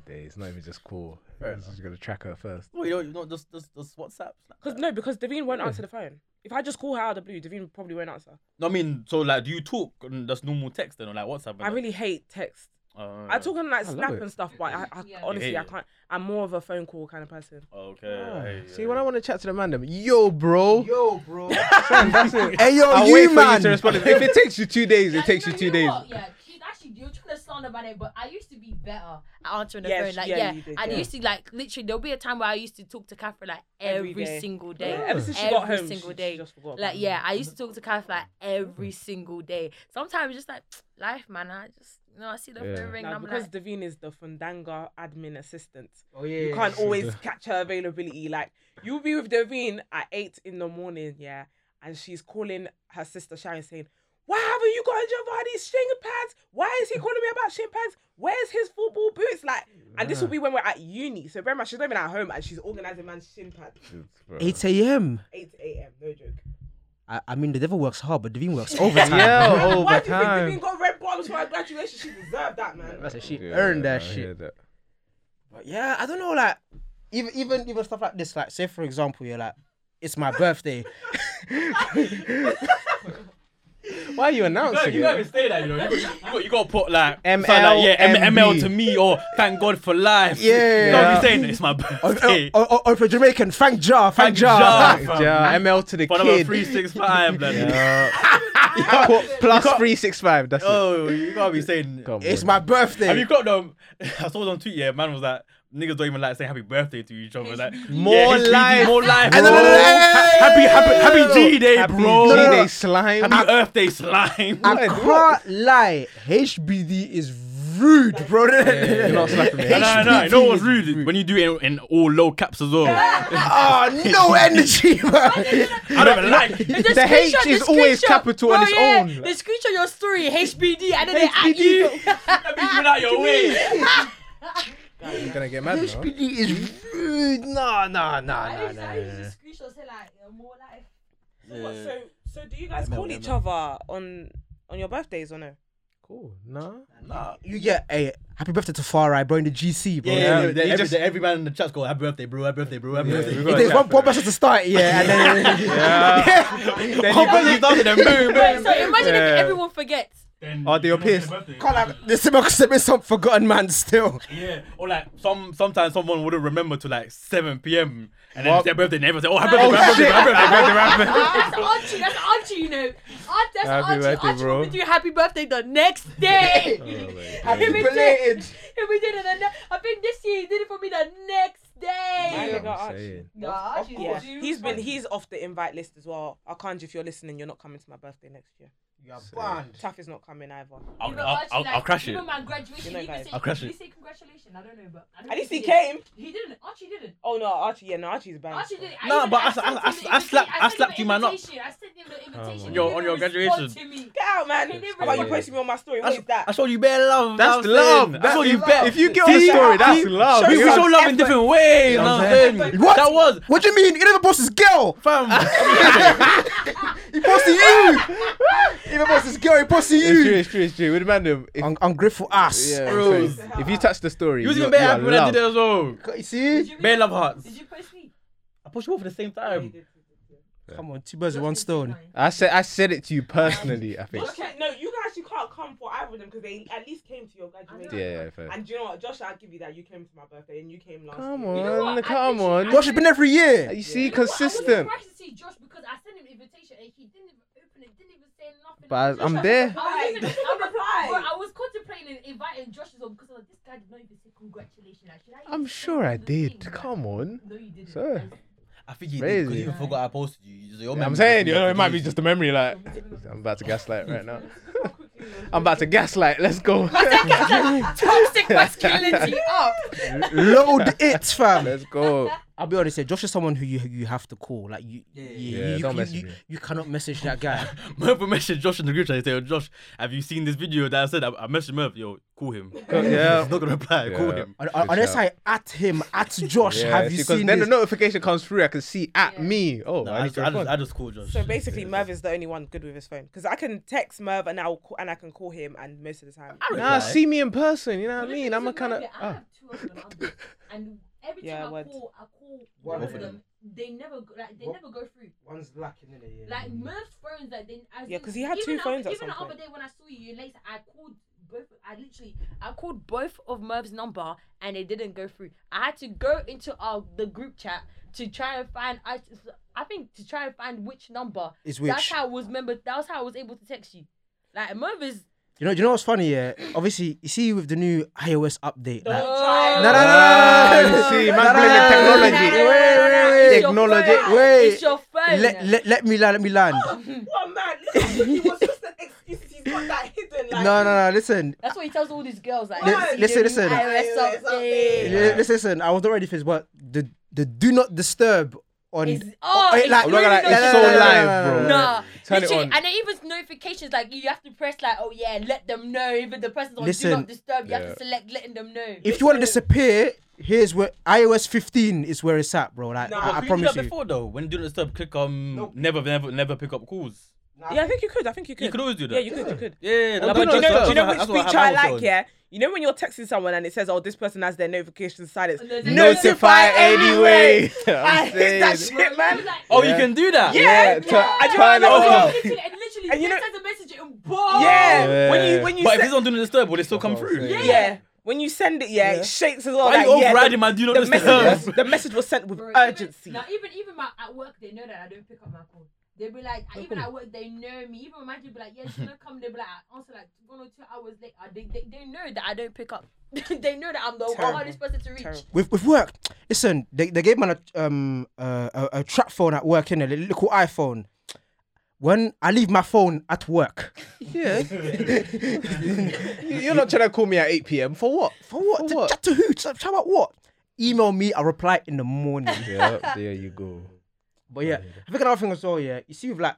C: It's not even just cool. I'm just gonna track her first.
G: Well, you know, you know, just, just, just WhatsApp.
H: Cause no, because Davine won't answer the phone. If I just call her out of the blue, Davine probably won't answer.
G: No, I mean, so like, do you talk on just normal text then, or like WhatsApp? and
H: I
G: that?
H: really hate text.
G: Uh,
H: I talk on like
C: I love
H: Snap
C: it.
H: and stuff, but I, I
F: Yeah.
H: honestly
G: Yeah.
H: I can't. I'm more of a phone call kind of person.
G: Okay. hey,
C: Ah, See,
G: yeah.
C: when I want to chat to the man, them, yo, bro.
I: Yo, bro.
C: That's it.
D: Hey yo,
C: I'll
D: you
C: wait for
D: man.
C: you to respond. If it takes you two days,
F: Yeah,
C: it takes
F: no,
C: you two
F: know
C: days.
F: what? Yeah, she's actually you're trying to sound about it, but I used to be better at answering the
H: Yeah,
F: phone.
H: she-
F: Like,
H: yeah,
F: yeah,
H: you did,
F: I
H: yeah.
F: used to like literally. There'll be a time where I used to talk to Catherine like
H: Every
F: every,
H: day.
F: single day,
H: Ever since she got
F: every
H: home,
F: single
H: she- she
F: day.
H: just forgot about
F: like,
H: me.
F: yeah, I used to talk to Catherine like every single day. Sometimes just like life, man. I just you know I see the
C: Yeah.
F: phone ring,
H: Now,
F: and I'm
H: because
F: like,
H: Davine is the Fundanga admin assistant,
I: Oh yeah.
H: you can't always catch her availability. Like you'll be with Davine at eight in the morning, yeah, and she's calling her sister Sharon saying, "Why haven't you gotten Giovanni's shin pads? Why is he calling me about shin pads? Where's his football boots?" Like, and this will be when we're at uni. So, remember, she's not even at home, and she's organizing man's shin pads.
D: 8 a.m.
H: 8 a.m. No joke.
D: I, I mean, the devil works hard, but Devine works overtime.
C: Yeah,
H: Why- Why
C: over
H: do you think Devine
C: time.
H: got red bottoms for her graduation? She deserved that, man.
D: So she
C: Yeah,
D: earned that
C: I
D: shit.
C: hear that.
D: But yeah, I don't know, like even even even stuff like this. Like, say for example, you're like, it's my birthday.
C: Why are you
G: No,
C: announcing
G: you can't
C: it?
G: even say that, you know. You, got- you, got, you got to put like
C: ML,
G: something like, yeah, M-
C: MB.
G: ML to me or thank God for life.
D: Yeah. oh,
G: You know what I'm saying? It's my
D: or,
G: birthday.
D: or, or, or for Jamaican, thank Jar, thank
G: Thank Jah.
D: Jar.
C: Yeah, ML to the
G: But I'm a
C: kid.
G: three
E: <laughs>
G: six five, bloody. <laughs>
C: <laughs> Uh, qu- plus three six five. That's it.
G: Oh, you gotta be saying.
C: Come
D: <laughs> It's
C: on.
D: my
G: Have you
D: birthday.
G: got them? <laughs> I saw it on tweet. Yeah, man was like, niggas don't even like saying happy birthday to each other. Like,
C: More
G: yeah, HBD,
C: life.
G: more life.
D: And then-
G: bro.
D: and then-
G: Ha- happy, happy, happy G day,
C: Happy
G: bro.
C: G
D: no,
C: Day
D: no.
C: slime.
G: Happy Earth Day slime.
D: I can't lie, HBD is rude, bro. <laughs>
C: You're not slapping
G: <laughs>
C: me.
G: No, no,
C: <laughs>
G: no. You know what's rude? When you do it in, in all low caps as well.
D: oh, no energy, man.
G: I don't even like it.
F: The,
C: H
F: screenshot-
C: is
F: the
C: always
F: screenshot-
C: capital on
F: bro,
C: its
F: yeah,
C: own.
F: The screenshot your story, HBD, and then they
C: <laughs>
F: at you. <laughs>
G: That means you're out your way.
C: You're gonna get mad now.
D: HBD is rude. Nah, nah, nah,
F: I
D: nah,
F: used,
D: nah.
F: I used to screenshot say like uh, more life.
H: So, so do you guys call each other on on your birthdays or no?
C: Cool. Nah.
D: Nah, you get a happy birthday to Farai, bro, in the GC, bro.
E: Yeah, yeah,
D: If
E: yeah, every, every man in the chat's going, happy birthday, bro, happy birthday, bro, happy birthday.
C: we got-
D: There's one, one person to start, yeah,
C: <laughs>
D: and then
C: Then
E: One
C: you,
E: person's <laughs> done it, then boom,
F: Wait,
E: boom.
F: so imagine
C: Yeah.
F: if everyone forgets. <laughs>
C: oh, they are pissed.
D: can't like, there's some, there's some forgotten
C: <laughs>
D: man
C: Oh,
D: still.
E: Yeah, or like some sometimes someone wouldn't remember to like 7 p.m. and then it's their birthday and everyone's like, oh, happy birthday, happy birthday, happy birthday.
F: Ah, That's Archie. That's Archie. You know, Archie. That's
C: Happy
F: Archie.
C: birthday,
F: Archie
C: bro.
F: will do happy birthday the next day.
C: <laughs>
F: <laughs> Happy
D: belated.
F: He will do it the ne- I think this year he did it for me the next day.
H: nigga Archie.
F: Nah, Archie.
H: Yeah,
F: do-
H: he's been he's off the invite list as well. Arkanji, if you're listening, you're not coming to my birthday next year.
I: You're banned.
H: Taff is not coming either.
E: I'll,
F: Even
E: I'll,
F: Archie,
E: I'll,
F: like,
E: I'll crash it.
F: Even my graduation,
H: You know,
F: he
H: guys.
F: even said,
E: I'll crash
F: did
E: it.
F: he say congratulations? I don't know, but I don't
H: At
F: think
H: least he
F: did.
H: came.
F: He didn't. Archie didn't.
H: Oh no, Archie, yeah, no, Archie's banned.
F: Archie didn't.
E: Nah,
F: even-
E: but I-
F: sent
E: I-
F: him
E: I-
F: the
E: I slapped-
F: invitation.
E: I
F: sent him
E: slapped
F: the
E: you, man, up.
F: invitation. I sent him the invitation.
E: Yo, on
F: He didn't
E: your
F: respond
E: graduation.
F: to
E: <laughs>
F: me.
H: Get out, man.
F: He didn't
H: How about you
F: respond.
H: posting me on my story?
E: I
H: What
E: sh-
H: is that?
E: I showed you bare love.
C: That's
E: you know what I'm
C: love.
E: saying? I
C: That's
E: showed you
C: love.
E: bare.
C: If you get on
E: See?
C: story, that's
E: See?
C: love.
E: We
C: You
E: show
C: have
E: love in different ways. You know what I'm saying?
D: What?
E: That was.
D: What do you mean? You never posted girl.
E: <laughs> Fam.
D: He posted you. he never posted his girl. He posted
C: It's true.
D: you.
C: It's true. It's true. With random, if,
D: Un- ungrateful ass.
C: yeah,
E: Bros.
C: so if you touch the story,
E: You was
C: you,
E: even bare
C: you are
E: happy when I did
C: loved.
E: it as well.
D: You see?
F: Did you-
E: Bare love hearts.
F: Did you post me?
E: I pushed you off at the same time.
D: Come on, two birds with one stone.
C: I said I said it to you personally. I think.
H: Okay, no, you guys, you can't come for either of them because they at least came to your graduation.
C: Yeah, yeah, fair.
H: And do you know what, Josh? I'll give you that. You came to my birthday and you came last.
C: Come
H: year.
C: on,
F: You know what? I
C: come on.
F: literally- I
D: Josh has been every year.
C: You see,
F: You know what? I was
C: consistent.
F: surprised to see Josh because I sent him an invitation and he didn't even open it, didn't even say nothing.
C: But I- I'm
F: Josh,
C: there.
F: I was, even- I was-
H: Reply.
F: bro, I was contemplating inviting Josh as well because I was like, this guy did not even say congratulations. Like, should I
C: I'm
F: even
C: sure I
F: send him the
C: did.
F: thing?
C: Come on.
F: No, you didn't.
C: Sir.
E: I think you
C: Crazy.
E: did because you even forgot I posted you. So your
C: I'm
E: memory-
C: saying, you know, it might be just a memory. Like, I'm about to gaslight right now. I'm about to gaslight. Let's go. <laughs>
F: Toxic masculinity up.
D: Load it, fam.
C: Let's go.
D: I'll be honest here. Josh is someone who you you have to call. Like you, yeah, you,
C: Yeah,
D: you,
C: don't
D: you,
C: message
D: you-
C: me.
D: you cannot message that guy.
C: <laughs>
E: <laughs> Merv will message Josh in the group chat and say, "Yo, Josh, have you seen this video that I said? I, I messaged Merv. Yo, call him. <laughs>
C: yeah.
E: He's not gonna reply. Call
C: Yeah.
E: him.
D: Un-
C: Good
D: Unless
C: shout.
D: I at him, at
C: <laughs>
D: Josh.
C: Yeah,
D: have
C: see,
D: you
C: 'cause
D: seen
C: then
D: this?
C: the notification comes through. I can see at me. Oh,
E: No,
C: I
E: I,
C: need
E: just,
C: to
E: I, just,
C: respond.
E: I just called Josh.
H: So basically, Merv is the only one good with his phone because I can text Merv and I'll call, and I can call him and most of the time.
C: Nah, see me in person. You know what I mean? I'm a ah. kind of.
F: I have two of them. I'm- And every time
H: Yeah,
F: I
H: what?
F: call, I call
I: One
F: one
I: of
F: of them. They never, go- like, they
I: What?
F: never go through.
I: One's lacking in it.
F: Like Merv's phones, like then as
H: Yeah,
F: in-
H: 'cause he had
F: even
H: two
F: the
H: phones
F: Other,
H: at
F: even
H: some
F: the other
H: point.
F: day when I saw you later, I called both. I literally, I called both of Merv's number and it didn't go through. I had to go into our the group chat to try and find. I, I think to try and find which number
D: Is
F: That's
D: which.
F: how I was remember. That's how I was able to text you. Like Merv is.
D: You know, you know what's funny? Yeah, obviously, you see with the new iOS update. like-
F: Oh,
D: No, no, no,
C: Ah,
D: no, no,
C: you
D: no,
C: see,
D: no,
C: man
D: no,
C: playing
D: no,
C: with
D: no, no,
C: technology.
D: no, no, no, no, no, no,
F: It's your
D: Technology.
F: phone.
D: Wait.
F: It's your phone.
D: Let, let, let me land. Let me
F: <laughs>
D: land.
H: What man? Listen, he was just an excuse. He's got that hidden. Like,
D: No, no, no. Listen,
F: That's what he tells all these girls. Like,
D: Li-
F: "You see the
D: listen,
F: new
D: listen.
F: iOS
H: iOS update."
F: update.
D: li- listen, listen. I was already finished, but the the do not disturb on.
F: It's- oh,
D: it
F: it's
D: like-
C: I'm not
F: really
C: gonna lie,
F: not
C: it's so
F: good.
C: live, bro.
F: Nah,
C: Turn it
F: literally,
C: on.
F: and then even notifications like you have to press like, oh yeah, let them know. Even the person's on do
D: Listen.
F: not disturb. You
C: Yeah.
F: have to select letting them know.
D: If you want to disappear, here's where iOS 15 is where it's at, bro. Like
I: No,
D: I, I
E: I
D: promise
E: that
D: you.
E: before though. When you do not disturb, click um
I: Nope.
E: never, never, never pick up calls.
H: Yeah, I think you could. I think you could.
E: You could always do that.
H: Yeah, you could. You could.
E: Yeah, yeah,
H: No,
E: that's what-
H: but do you
E: that's
H: know,
E: what-
H: do you know
E: that's
H: which
E: what
H: feature I
E: happened
H: like?
E: also.
H: Yeah, you know when you're texting someone and it says, "Oh, this person has their notification silence."
F: And there's a-
C: Notify anyway.
H: I
C: <laughs> I'm
H: hate
C: saying.
H: that shit, man.
E: Oh, you
C: Yeah.
E: can do that.
C: Yeah, tu- turn it
F: Oh,
C: off.
F: literally, and literally,
H: And you know-
F: sends a message in bold. oh.
H: Yeah.
C: Yeah.
H: when you when you
E: But if
H: se-
E: it's on do not disturb, will it still come through?
C: Yeah.
H: yeah when you send it, yeah, it shakes as well.
E: Why are you
H: like, yeah,
E: overriding my do not
H: the, the message?
E: <laughs> disturb?
H: Was, the message was sent with
F: Bro,
H: urgency.
F: Even, now, even even my, at work, they know that I don't pick up my call. They be like, even at work, they know me. Even when I do be like, yeah, she's <laughs> gonna come. They be like, I answer like one or two hours later. They they, they know that I don't pick up. <laughs> they know that I'm the
H: Terrible.
F: hardest person to reach.
H: Terrible.
D: With with work, listen. They, they gave me a um uh, a, a trap phone at work, innit? A little iPhone. When I leave my phone at work,
C: You're not trying to call me at 8 p.m. for what?
D: for what?
C: For
D: to,
C: what?
D: Chat to who? To Chat about what? Email me. I'll reply in the morning.
C: Yeah, there you go.
D: But yeah, I think another thing as well, yeah, you see with like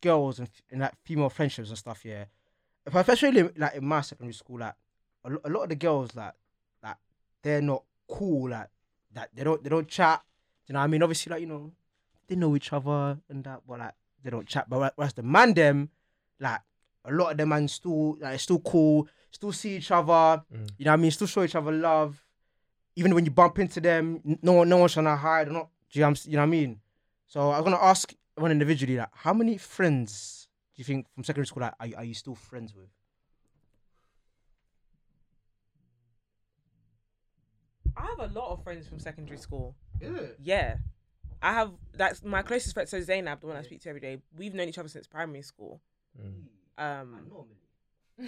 D: girls and, f- and like female friendships and stuff, yeah. If I especially like in my secondary school, like a, lo- a lot of the girls, like, like they're not cool, like that they don't they don't chat. You know what I mean? Obviously, like you know, they know each other and that, but like they don't chat. But whereas the man them, like a lot of them man still like still cool, still see each other. You know what I mean? Still show each other love. Even when you bump into them, n- no one no one's trying to hide or not. Do you, know what I'm s- you know what I mean? So I'm gonna ask everyone individually like, how many friends do you think from secondary school like, are, you- are you still friends with?
H: I have a lot of friends from secondary school. Yeah. I have that's my closest friend, so Zainab, the one I speak to every day, we've known each other since primary school. Um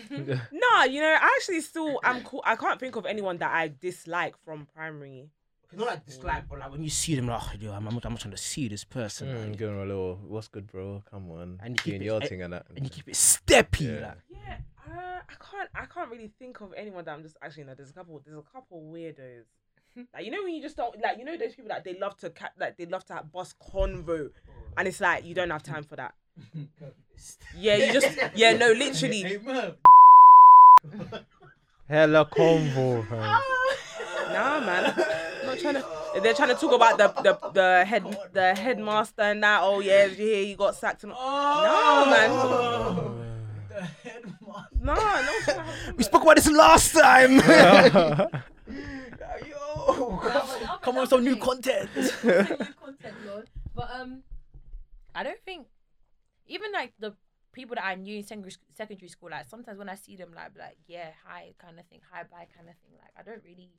H: <laughs> No, you know, I actually still I'm cool I can't think of anyone that I dislike from primary.
D: Not like dislike, but like when you see them, like, oh, yo, I'm, I'm not I'm not trying to see this person. like,
C: Mm, giving her a little, what's good, bro? Come on.
D: And you keep
C: Doing
D: it-
C: your
D: eh,
C: thing and that.
D: and
C: <laughs>
D: you keep it steppy.
C: Yeah.
D: Like,
H: Yeah, uh, I can't. I can't really think of anyone that I'm just actually. No, there's a couple. There's a couple weirdos. like you know when you just don't like you know those people that they love to cap like they love to have boss convo, and it's like you don't have time for that. yeah, you just yeah no literally
C: <laughs> Hella convo, fam.
H: <laughs> nah man. I'm not trying to. They're trying to talk about the the, the head the headmaster and that. Oh yeah, did you hear you got sacked. And... No man. No, no. it's not happening.
D: Oh, We spoke about this
F: <laughs>
D: last time. <laughs>
F: <laughs> Come on, some new content. new content, Lord. But um, I don't think even like the people that I knew in secondary sc- secondary school, like sometimes when I see them, like like yeah, hi kind of thing, hi bye kind of thing. Like I don't really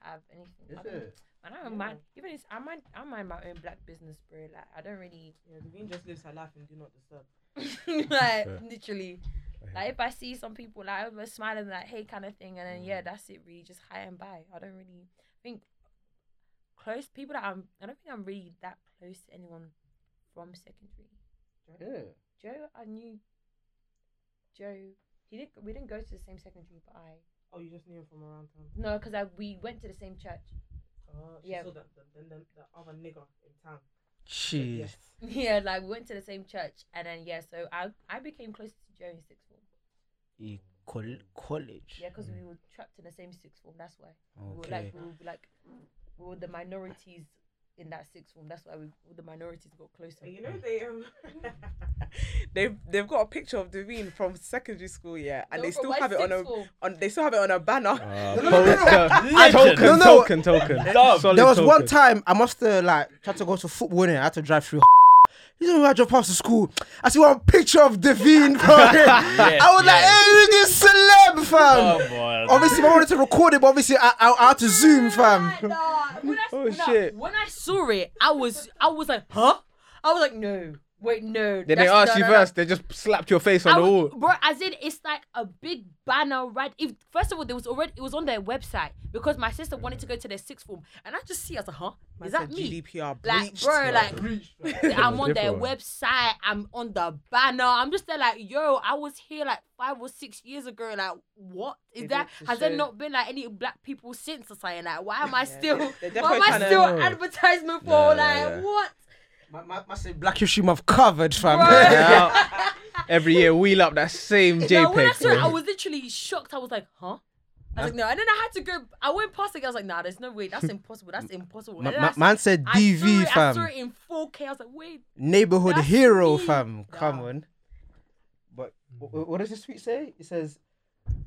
F: have anything. I don't, and I don't mind. Even it's, I mind I mind my own black business, bro. Like I don't really
H: Yeah, Devine just lives her life and do not
F: <laughs>
H: disturb.
F: like literally. Like if I see some people like I'm just smiling like hey kind of thing and then yeah that's it really just hi and bye. I don't really think close people that I'm I don't think I'm really that close to anyone from secondary. Joe I knew Joe he didn't we didn't go to the same secondary but I
H: Oh, you just knew him from around town.
F: no because I we went to the same church. <laughs>
H: Oh,
F: Yeah.
H: yeah. saw that the, the, the, the other nigger in town.
D: Jeez.
F: yeah like we went to the same church and then yeah so I I became closer to Joe in sixth form.
D: E- col- college.
F: Yeah, because we were trapped in the same sixth form. That's why. We were
D: Okay.
F: like we were like we were the minorities in that sixth form. That's why we the minorities got closer.
H: You know they um, <laughs> they've they've got a picture of Devine from secondary school, yeah, and
F: No,
H: they
F: from
H: still
F: my
H: have it on a
F: sixth <laughs> form.
H: on they still have it on a banner.
C: Uh, poster.
D: No,
C: Token,
D: no.
C: token, token. Solid
D: There was one
C: token.
D: time I must have like tried to go to football and I had to drive through. <laughs> You know, when I drove past the school. I see one picture of Devine, bro. <laughs> I was like, hey, look this celeb,
G: Oh,
D: fam. obviously, I wanted to record it, but obviously, I, I, I had to
F: Oh
D: zoom, fam.
F: when I,
C: Oh,
F: when I-
C: shit.
F: when I saw it, I was I was like, huh? I was like, no, wait, no.
C: Then they
F: that's-
C: asked
F: no,
C: you
F: no, no.
C: first, they just slapped your face on
F: I
C: the
F: was,
C: wall.
F: bro, as in it's like a big banner right. If first of all, there was already it was on their website because my sister wanted to go to their sixth form, and I just see as a huh, is that me?
D: GDPR
F: Like,
D: breached.
F: bro, like <laughs> I'm on their
C: Different.
F: website. I'm on the banner. I'm just there, like, yo, I was here like five or six years ago. Like, what is
H: It
F: that?
H: is to
F: Has there
H: show-
F: not been like any black people since or something? Like, why am I
H: Yeah,
F: still?
H: they're
F: why
H: definitely
F: am I
H: tryna-
F: still advertisement for?
C: Nah, nah,
F: like,
C: yeah.
F: what?
D: My, my, my say Black History Month covered, fam. <laughs>
F: Bruh.
H: <laughs>
C: Now, every year, wheel up that same
F: No, when I
C: JPEG.
F: saw it, I
C: bro.
F: was literally shocked. I was like, huh. I was like, no, and then I had to go. I went past it. I was like, nah, there's no way. That's impossible. That's impossible.
D: Ma-
F: And then
D: ma-
F: I s-
D: man said
F: I saw
D: DV,
F: it- I saw
D: fam.
F: it in 4K. I was like, wait,
D: Neighborhood
F: That's
D: hero,
F: me.
D: fam. Come
F: Nah.
D: on. But
C: Mm.
D: wh- wh- what does this tweet say? It says,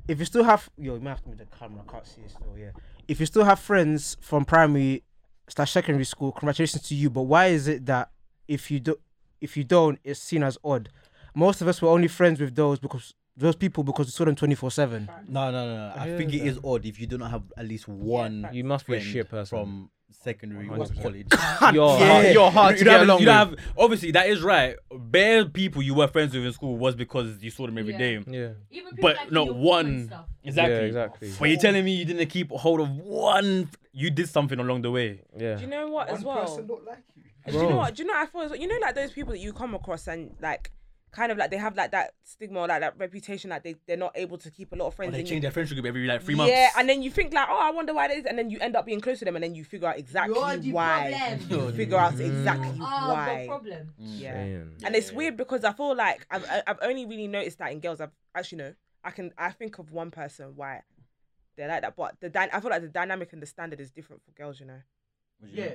D: if you still have, yo, you might have to move the camera. I can't see it still. Yeah. If you still have friends from primary slash secondary school, congratulations to you. But why is it that if you do, if you don't, it's seen as odd? Most of us were only friends with those because those people because we saw them twenty four seven.
G: No, no, no. no. I think it is odd if you do not have at least one.
C: You must be a
G: friend
C: shit person.
G: from secondary or
C: 100%.
E: <laughs>
G: college.
C: You're
G: Yeah.
C: hard- you're hard to
G: don't
C: get
G: have-
C: along
G: you don't have- obviously, that is right. Bare people you were friends with in school was because you saw them every
F: Yeah.
G: day.
C: Yeah.
F: even people
G: But
F: like
G: not
F: your form and
G: one.
F: stuff.
G: Exactly.
C: Yeah, exactly.
G: But you're telling me you didn't keep hold of one. You did something along the way.
C: Yeah.
H: Do you know what as well? Do you
C: Bro.
H: know what? Do you know? what I feel as well- you know, like those people that you come across and like, kind of like they have like that stigma, or, like that reputation, like they they're not able to keep a lot of friends.
G: They
H: and you-
G: change their friendship group every like three months.
H: yeah, and then you think like, oh, I wonder why that is, and then you end up being close to them, and then you figure out exactly why. You figure out exactly
F: Oh, the
H: why.
F: problem.
H: Yeah.
C: Damn.
H: And it's weird because I feel like I've I- I've only really noticed that in girls. I've actually no, I can I think of one person why they're like that, but the dy- I feel like the dynamic and the standard is different for girls. You
C: Mm.
H: know,
I: Yeah.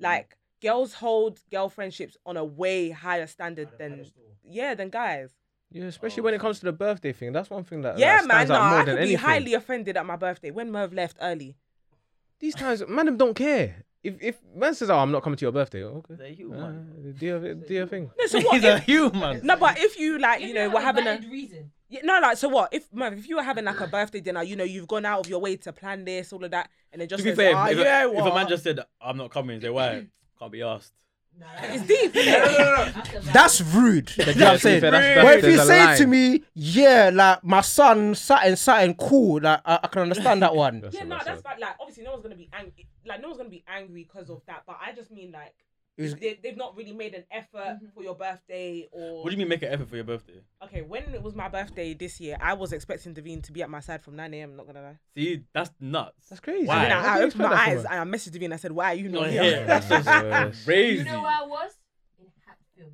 H: like girls hold girl friendships on a way higher standard than yeah than guys.
C: Yeah, especially when it comes to the birthday thing. That's one thing Uh, that
H: yeah,
C: like,
H: man.
C: stands
H: Nah,
C: out more
H: I
C: than
H: could be
C: anything.
H: highly offended at my birthday when Merv left
C: <laughs>
H: early.
C: These times, man, them don't care. If if man says, "Oh, I'm not coming to your birthday," okay,
G: They're
C: uh,
G: human.
C: do your do your thing.
H: No, so what?
G: He's a
H: if, <laughs>
G: human.
H: no, but if you like, you know,
F: have
H: we're having a
F: valid reason.
H: Yeah, no, like so what if Merv, if you were having like a birthday dinner, you know, you've gone out of your way to plan this, all of that, and then
G: To
H: just
G: be
H: says,
G: fair,
H: "Ah,
G: if,
H: yeah,
G: a, if a
H: what?"
G: man just said, I'm not coming, they why? Can't be asked.
F: Nah,
G: <laughs>
H: it's deep. innit?
F: that's a valid-
D: That's rude.
C: Yeah,
D: That's what
C: to
D: I'm
C: be
D: saying.
C: fair, that's- that's-
D: But if you
C: there's a
D: say
C: line.
D: to me, yeah, like my son sat and sat and cool, like I, I can understand
C: <laughs>
D: that one.
H: yeah,
C: what
H: no,
C: I
H: that's
C: said.
H: bad. Like obviously, no one's gonna be angry. Like no one's gonna be angry because of that. But I just mean like
D: Is-
H: they, they've not really made an effort for your birthday or.
G: What do you mean make an effort for your birthday?
H: Okay, when it was my birthday this year, I was expecting Devine to be at my side from 9 a.m. Not gonna lie.
G: See, that's nuts.
C: That's crazy.
G: Why?
H: And
C: How do
H: I, I
C: you
H: opened
C: expect
H: my
C: that
H: eyes
C: from
H: and I messaged Devine. I said, "Why are you
G: No,
H: not
G: yeah,
H: here?"
G: that's just
C: That's
G: <laughs> crazy.
F: You know where I was? In Hatfield,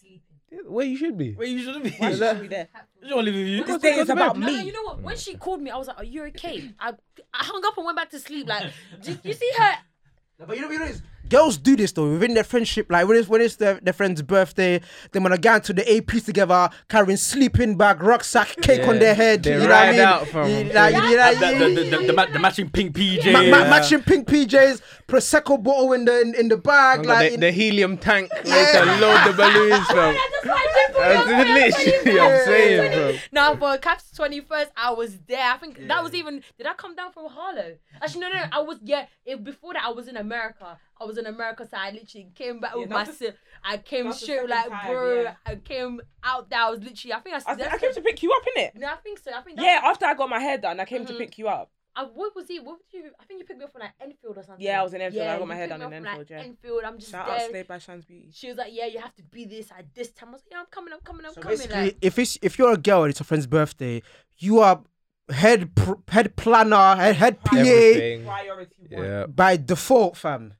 F: sleeping.
C: a- Where you should be.
G: Wait, you shouldn't be.
H: Why
G: You
H: should she be there?
F: Hatfield.
G: don't live with you.
H: This day is about
F: No, no, you
H: me.
F: know what? When she called me, I was like, "Are you okay?" I I hung up and went back to sleep. Like, did you see her?
I: No, but you know, you know, it's
D: Girls do this though within their friendship. Like when it's when it's their, their friend's birthday, they wanna gang to the AP together, carrying sleeping bag, rucksack, cake on
C: Yeah,
D: their head.
C: they
D: you know what I
C: ride
D: mean?
C: out from-
D: You- like, you know,
G: And that- The,
D: you-
G: the, the, the, ma- the matching pink PJ.
D: ma- ma-
C: Yeah.
D: matching pink PJs, prosecco bottle in the in, in the bag,
C: I've got
D: like
C: the,
D: in-
C: the helium tank yeah. to load the balloons
H: <laughs>
C: from.
F: That's what I did for
C: That's
F: you.
C: literally what I'm saying, bro.
F: No, for Cap's twenty first, I was there. I think that was even. Did I come down from Harlow? Actually, no, no, no, I was. Yeah, it, before that, I was in America. I was in America, so I literally came back with my.
H: that's
F: si- I came
H: that's the
F: straight
H: second
F: like,
H: time,
F: bro.
H: yeah.
F: I came out there. I was literally. I think I.
H: I,
F: said
H: said, I came to pick you up, innit?
F: No, I think so. I think. That's,
H: Yeah, after I got my hair done, I came to
F: Mhm.
H: pick you up.
F: I, what was he? What did you? I think you picked me up from like Enfield or something.
H: Yeah, I was in Enfield. I got
F: you
H: my hair
F: picked
H: done
F: me
H: in
F: up from,
H: Enfield, yeah.
F: Enfield. I'm just
H: Shout out
F: there.
H: Slay by Shans Beauty.
F: She was like, "Yeah, you have to be this at this time." I was like, "Yeah, I'm coming. I'm coming. I'm
D: So
F: coming."
D: basically,
F: Like,
D: if it's if you're a girl and it's a friend's birthday, you are head pr- head planner, head, head PA
C: Everything.
H: Priority one.
C: Yeah.
D: by default, fam.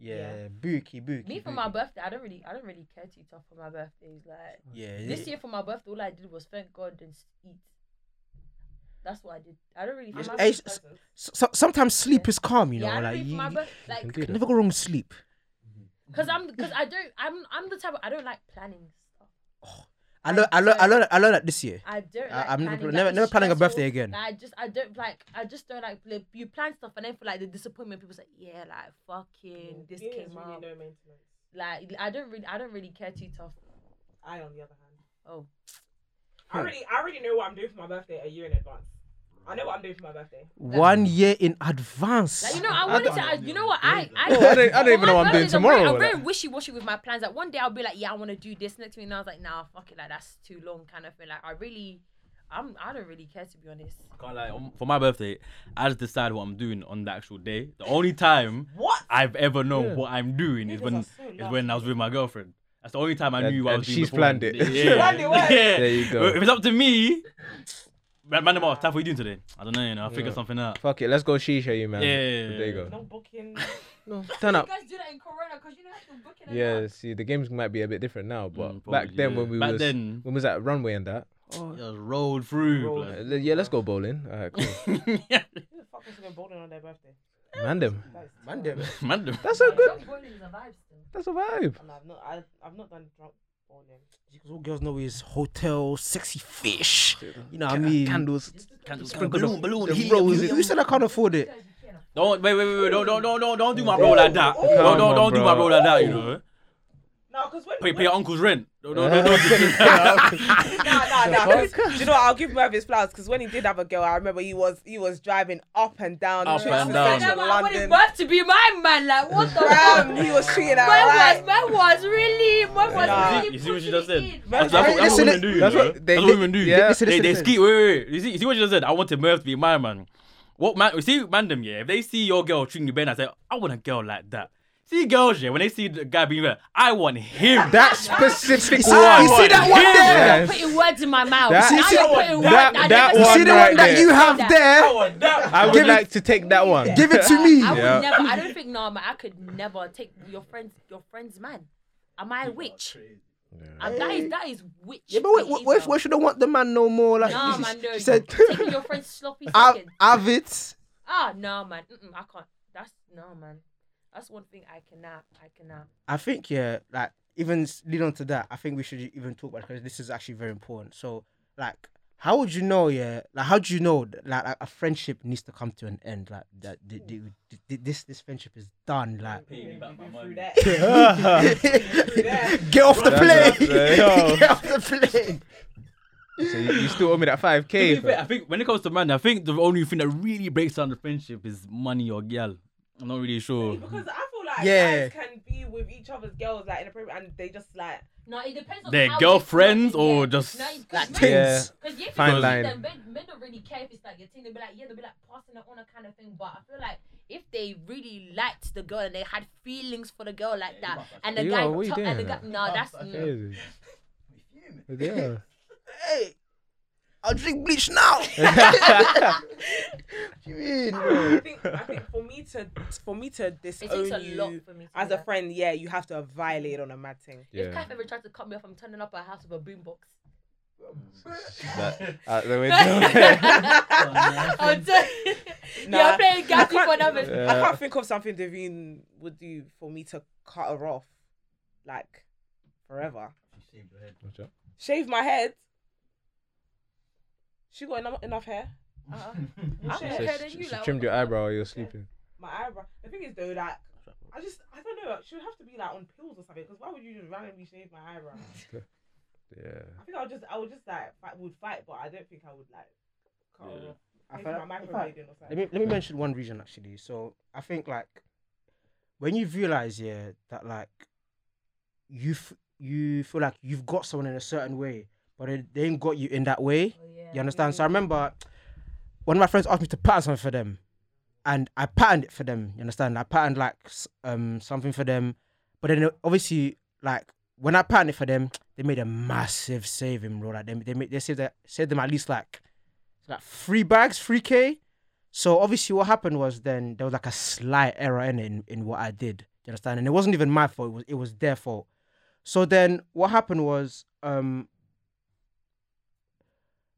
H: Yeah,
D: bookie, bookie.
F: me for my birthday, I don't really, I don't really care too tough for my birthdays. Like
D: yeah.
F: this year for my birthday, all I did was thank God and s- eat. That's what I did. I don't really. For my
D: It's-
F: birthday-
D: So, sometimes sleep is calm, you know.
F: yeah, I don't
D: like
F: really
D: you,
F: for my
D: you
F: birthday, like,
C: do
D: can never go wrong with sleep.
F: cause I'm, cause I don't, I'm, I'm the type of, I don't like planning stuff.
D: I learned, I learned, I learned, I learned that this year.
F: I don't.
D: I-
F: Like
D: I'm never
F: planning.
D: pl-
F: that
D: never-
F: is
D: never planning a birthday
F: stressful.
D: again.
F: Like, I just, I don't like. I just don't like. like, you plan stuff and then for like the disappointment, people say, yeah, like fucking this
H: It is
F: came
H: really
F: up.
H: no maintenance.
F: Like I don't really, I don't really care too tough.
H: I, on the other hand,
F: Oh,
H: I already, I already know what I'm doing for my birthday a year in advance. I know what I'm doing for my birthday.
D: One year in advance.
F: like you know, I wanted to. I, you know what? I, I,
C: Oh, I don't- I don't
F: for
C: even know
F: my
C: what I'm doing
F: birthdays, I'm very-
C: tomorrow,
F: I'm very
C: like.
F: wishy washy with my plans. Like one day I'll be like, yeah, I want to do this. Next week, now I was like, nah, fuck it, like that's too long, kind of thing. Like I really, I'm, I don't really care to be honest.
G: Can't lie, on- For my birthday, I just decide what I'm doing on the actual day. The only time
H: What?
G: I've ever known what I'm doing is
H: Niggas
G: when
H: are so
G: is when I was with my girlfriend. That's the only time I
C: And-
G: knew what I
C: and
G: was doing.
C: she's
G: before.
C: planned it.
G: Yeah.
C: <laughs> She planned
G: yeah.
H: it, what?
G: Yeah.
C: There you go.
G: But If it's up to me, man, man, what are you doing today? I don't know. You know, I'll figure
C: Yeah.
G: something out.
C: Fuck it, let's go shisha, you man.
G: Yeah.
C: There you go.
H: No <laughs> booking.
C: No, turn up.
F: guys do that in Corona because you know how to book it.
C: Yeah, see, the games might be a bit different now, but
G: Mm,
C: back
G: probably,
C: then
G: yeah.
C: when we
G: Back
C: was
G: then-
C: when we was at runway and that,
G: Just rolled through.
C: uh,
G: blood. <laughs>
C: le- yeah, let's go bowling. Alright, cool.
H: Who the fuck wants to go bowling on their birthday?
C: man, them.
H: That is
G: Man, them-
C: That's a good.
F: a vibe still.
C: That's a vibe.
H: <laughs> terrible. And I've not, I, I've not done drunk bowling.
D: Because all girls know is hotel, sexy fish. You know what I mean?
C: Candles.
G: <laughs> Candles,
C: Sprinkle
G: balloon,
C: the-
G: balloon,
C: the
G: helium,
C: roses.
G: helium.
D: You said I can't afford it.
G: Don't wait, wait, wait, wait. Don't, don't, don't, don't, don't do my bro like that. Don't,
C: Come
G: don't,
C: on,
G: don't do my bro
C: bro.
G: like that. You know,
H: No, because when.
G: pay,
H: when
G: pay your uncle's rent. Don't, don't, don't, don't do that.
H: <laughs> nah, nah, nah. 'cause- Do you know what? I'll give Merv his flowers because when he did have a girl, I remember he was he was driving up and um, down.
G: Up
H: trips
G: and
H: to
G: down.
H: Central
F: I wanted
H: London.
F: Merv to be my man. Like what the fuck?
H: Fam, he was treating her
F: Merv was,
H: right.
F: Merv was really, Merv was
H: Nah.
F: really.
G: You see what she
F: pushing
G: just
F: it
G: said?
F: in.
G: That's, that's, what, that's what
D: Listen,
G: women do. you
C: that's
G: know?
C: what they-
G: that's what women do.
C: yeah. Listen,
G: they, they
D: listen.
G: ski. Wait, wait, wait. You see, you see what she just said? I wanted Merv to be my man. What man? You see, man, them, yeah. If they see your girl treating you better, I say, I want a girl like that. See, girls, yeah, when they see the guy being better, I want him.
C: That specific
D: see-
C: one.
D: you see that one there?
C: Yes.
F: Putting words in my mouth.
C: That-
F: now
C: See,
F: you're
D: that
F: putting
C: one-
F: words.
C: that-
F: I
C: that
F: never
D: You see
C: one
F: said
D: the
C: right
D: one that
C: there.
D: you have there?
C: I would
D: Give it-
C: like to take that one.
D: Give it to
F: I
D: me.
C: Yeah.
F: would never. I don't think no, man, I could never take your friend's your friend's man. Am I a witch? Uh, that is that is witch.
D: Yeah, but wait, wait, wait,
F: behavior.
D: wait, should I want the man no more? Like,
F: Nah,
D: she-
F: man, no.
D: she said, <laughs>
F: taking your friend's sloppy
D: have,
F: seconds.
D: have it.
F: Ah, no, man. Mm-mm, I can't. That's no, man. That's one thing I cannot. I cannot.
D: I think yeah, like even s- lead on to that, I think we should even talk about because this is actually very important. So, like, how would you know? Yeah, like, how do you know that like, a friendship needs to come to an end? Like that, th- th- th- th- this this friendship is done. Like, <laughs> get off the
C: That's
D: plane!
C: it, yo.
D: <laughs> Get off the plane!
C: <laughs> So you, you still owe me that five
G: To
C: k.
G: be fair, I think when it comes to money, I think the only thing that really breaks down the friendship is money or girl. I'm not really sure.
H: Because I feel like
D: Yeah.
H: guys can be with each other's girls like inappropriate, and they just like
F: No, it depends on
G: They're
F: how
G: girlfriends
F: they feel,
G: or
F: yeah.
G: just-
F: No, 'cause
D: Like
F: men-
C: Yeah.
D: tins.
F: 'cause yeah,
C: Fine
F: because
C: line.
F: them, Men, men don't really care if it's like your thing. They'll be like, yeah, they'll be like passing it on a kind of thing. But I feel like if they really liked the girl and they had feelings for the girl like that, and the
C: You
F: guy,
C: are- what are you
F: to- and the
C: doing?
F: guy, no, that's mm,
C: Crazy. Yeah.
D: Hey, I'll drink bleach now.
H: I think I think for me to for me to
F: it
H: disown
F: takes a lot
H: you
F: for me. To
H: as
F: do
H: a
F: that.
H: friend, yeah, you have to violate on a mad thing.
F: if Kath ever tried to cut me off, I'm turning up at her house with a boombox.
B: That, out the
F: <laughs>
B: window.
F: I'm t- <laughs>
H: Nah.
F: You're playing Gatsby
H: I
F: for
H: can't-
F: nothing.
H: I can't think of something Devine would do for me to cut her off, like forever. Shave my head. She got enough, enough hair.
F: Uh-uh.
H: <laughs> I
F: Shit.
H: don't
F: Okay,
H: care.
F: then
C: she,
F: you
C: she
F: like,
C: trimmed
F: what
C: your
F: the fuck?
C: eyebrow while you're sleeping.
H: My eyebrow. The thing is though, like I just I don't know. She would have to be like on pills or something. Because why would you just randomly shave my eyebrow?
C: Yeah.
H: I think I would just I would just like fight, would fight, but I don't think I would like cut her off.
D: I
H: Maybe
D: felt-
H: my
D: in fact,
H: microblading or
D: let
H: something.
D: me let me mention one reason actually. So I think like when you realize yeah that like you f- you feel like you've got someone in a certain way, but they, they ain't got you in that way.
F: Oh, yeah.
D: You understand? So I remember one of my friends asked me to pattern something for them, and I patterned it for them. You understand? I patterned like s- um something for them, but then obviously like when I patterned it for them, they made a massive saving, bro. Like they they made, they saved that saved them at least like like three bags, three k. So obviously what happened was then there was like a slight error in it in, in what I did. You understand? And it wasn't even my fault. It was it was their fault. So then what happened was um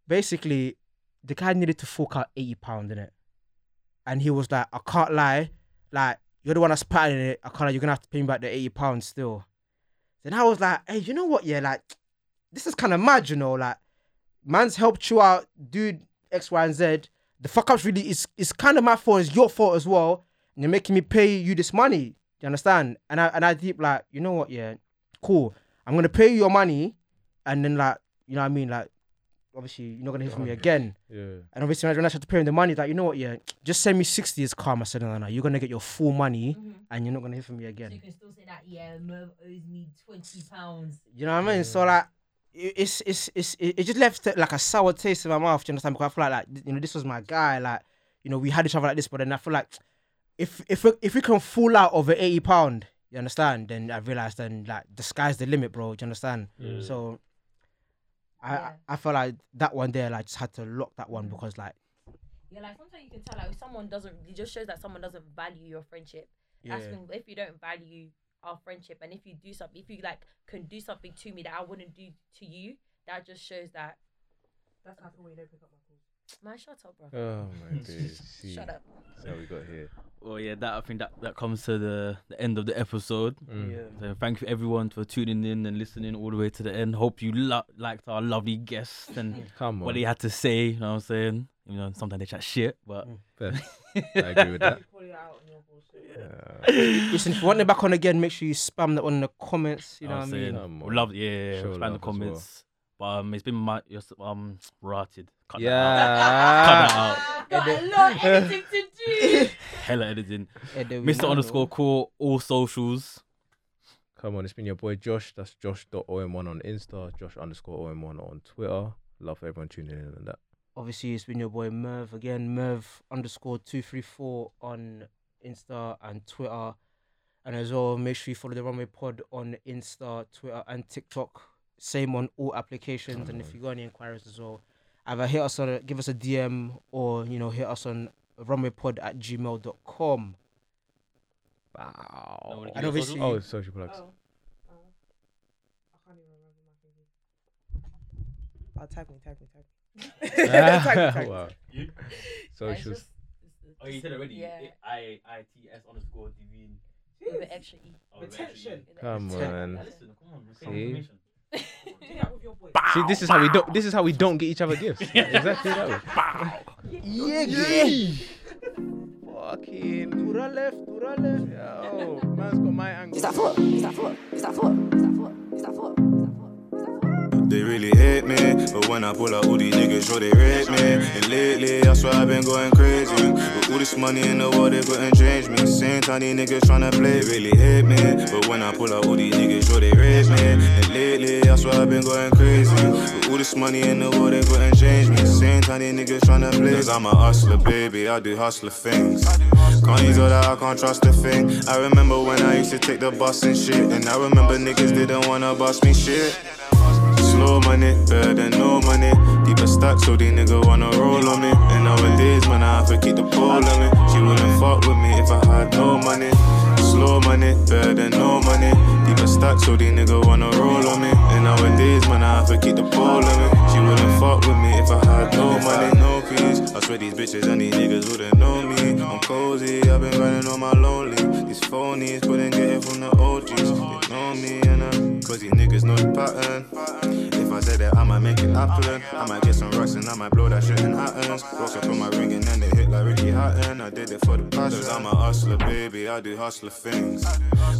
D: basically the guy needed to fork out 80 pound in it and he was like i can't lie like you're the one that's patting it i can't lie, you're gonna have to pay me back the 80 pounds still then i was like hey you know what yeah like this is kind of mad you know like man's helped you out dude x y and z the fuck ups really is it's kind of my fault it's your fault as well and you're making me pay you this money you understand and i and i deep like you know what yeah cool i'm gonna pay you your money and then like you know what i mean like obviously you're not gonna hear from me again
C: Yeah.
D: and obviously, when I tried to pay him the money, he's like, you know what, yeah, just send me 60 is calm. I said, no, no, no, you're going to get your full money and you're not going to hear from me
F: Mm-hmm. So you
D: again.
F: can still say that, yeah, Merv owes me 20 pounds.
D: You know what I mean? So, like, it- it's, it's, it's, it it just left uh, like a sour taste in my mouth. Do you understand? Because I feel like, like, th- you know, this was my guy. Like, you know, we had each other like this, but then I feel like if if we, if we can fall out over 80 pound, you understand? Then I realized then, like, the sky's the limit, bro. Do you understand? So, I,
F: Yeah.
D: I I felt like that one there, like, just had to lock that one because, like,
F: Yeah, like sometimes you can tell like if someone doesn't it just shows that someone doesn't value your friendship. That's
D: Yeah.
F: when if you don't value our friendship and if you do something if you like can do something to me that I wouldn't do to you, that just shows that
H: That's how we don't pick up my calls.
F: man, shut up, bro.
C: Oh <laughs> my days. See,
F: Shut up.
C: So we got here.
G: Well, Oh, yeah, that I think that, that comes to the, the end of the episode.
C: Mm,
G: So thank you everyone for tuning in and listening all the way to the end. Hope you lo- liked our lovely guests and
C: <laughs> Come on.
G: what they had to say. You know what I'm saying? You know, sometimes they chat shit, but
C: Mm. Fair. I <laughs> agree with that.
H: You call it out on your bullshit.
C: Uh,
D: Listen, if you want it back on again, make sure you spam that one in the comments. You know what I
G: I'm
D: mean?
G: saying?
C: Come
G: We
C: on.
G: Love, yeah, yeah, yeah.
C: Show love
G: Expand the
C: as well.
G: comments. But um, it's been my your s- um rotted. Cut that out. Cut that
C: yeah.
G: out.
F: Got a lot of editing to
C: <laughs>
F: do.
G: Hella editing.
D: Yeah, there we
G: Mr.
D: go.
G: Underscore Core, all socials.
C: Come on, it's been your boy Josh. That's Josh.om1 on Insta, Josh underscore om1 on Twitter. Love for everyone tuning in and that.
D: Obviously, it's been your boy Merv again. Merv underscore two three four on Insta and Twitter, and as well, make sure you follow the Runway Pod on Insta, Twitter, and TikTok. Same on all applications. And if you got any inquiries as well, either hit us on, a- give us a DM, or you know, hit us on runwaypod at gmail.com.
C: Wow.
G: wanna give
D: And
G: me
D: obviously,
C: Oh, social plugs.
H: Oh. <laughs> oh. I can't even remember my fingers. Oh, tag me, tag me, tag me. <laughs> tag me, tag me.
C: <laughs>
H: <laughs>
C: wow. Socials.
G: Oh, you said already.
F: Yeah.
G: I I T S underscore Devine Oh,
F: with an extra E.
I: Retention.
F: With an
C: Come
F: extra E.
C: on.
G: Listen, come on.
C: See?
G: information.
I: Do that with your boy.
C: See, this is how we don't. This is how we don't get each other <laughs> gifts. exactly that way. Yeah, yeah. Fucking. Tura left, tura left. Yo, man's got my angle.
A: Is that foot? Is that foot? Is that foot? Is that foot? Is that foot? Is that foot? Is that foot?
B: They really hate me, but when I pull out all these niggas, sure they rate me. And lately, that's why I've been going crazy. With all this money in the world, they couldn't change me. Same time these niggas tryna play, really hate me. But when I pull out all these niggas, sure they rate me. And lately, that's why I've been going crazy. With all this money in the world, they couldn't change me. Same time these niggas tryna play. Cause I'm a hustler, baby, I do hustler things. Can't use all that, I can't trust a thing. I remember when I used to take the bus and shit. And I remember niggas didn't wanna bust me shit. Slow money, better than no money. Deeper stack, so these nigga wanna roll on me. And nowadays, man, I have to keep the ball on me. She wouldn't fuck with me if I had no money. Slow money, better than no money. Deeper stack, so these nigga wanna roll on me. And nowadays, man, I have to keep the ball on me. She wouldn't fuck with me if I had no money. No peace. I swear these bitches and these niggas wouldn't know me. I'm cozy, I've been grinding on my lonely. These phonies couldn't get it from the OGs. They know me and I, cause these niggas know the pattern. If I said that, I might make it happen. I might get some rocks and I might blow that shit in Hattons. Rocks up on my ring and then they hit like Ricky Hatton. I did it for the passion. i I'm a hustler, baby, I do hustler things.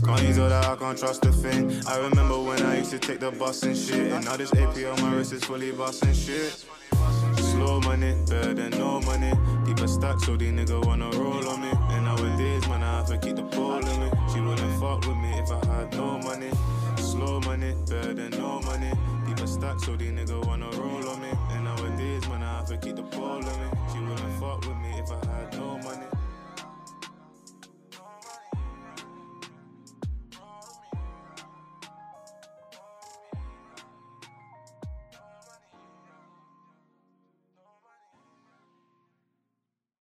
B: Can't use all that, I can't trust a thing. I remember when I used to take the bus and shit. And now this AP on my wrist is fully boss and shit. Slow money, better than no money. Deeper stack, so these nigga wanna roll on me. And nowadays, man, I have to keep the ball on me. She wouldn't fuck with me if I had no money. Slow money, better than no money. Deeper stack, so these nigga wanna roll on me. And nowadays, man, I have to keep the ball on me. She wouldn't fuck with me if I had no money.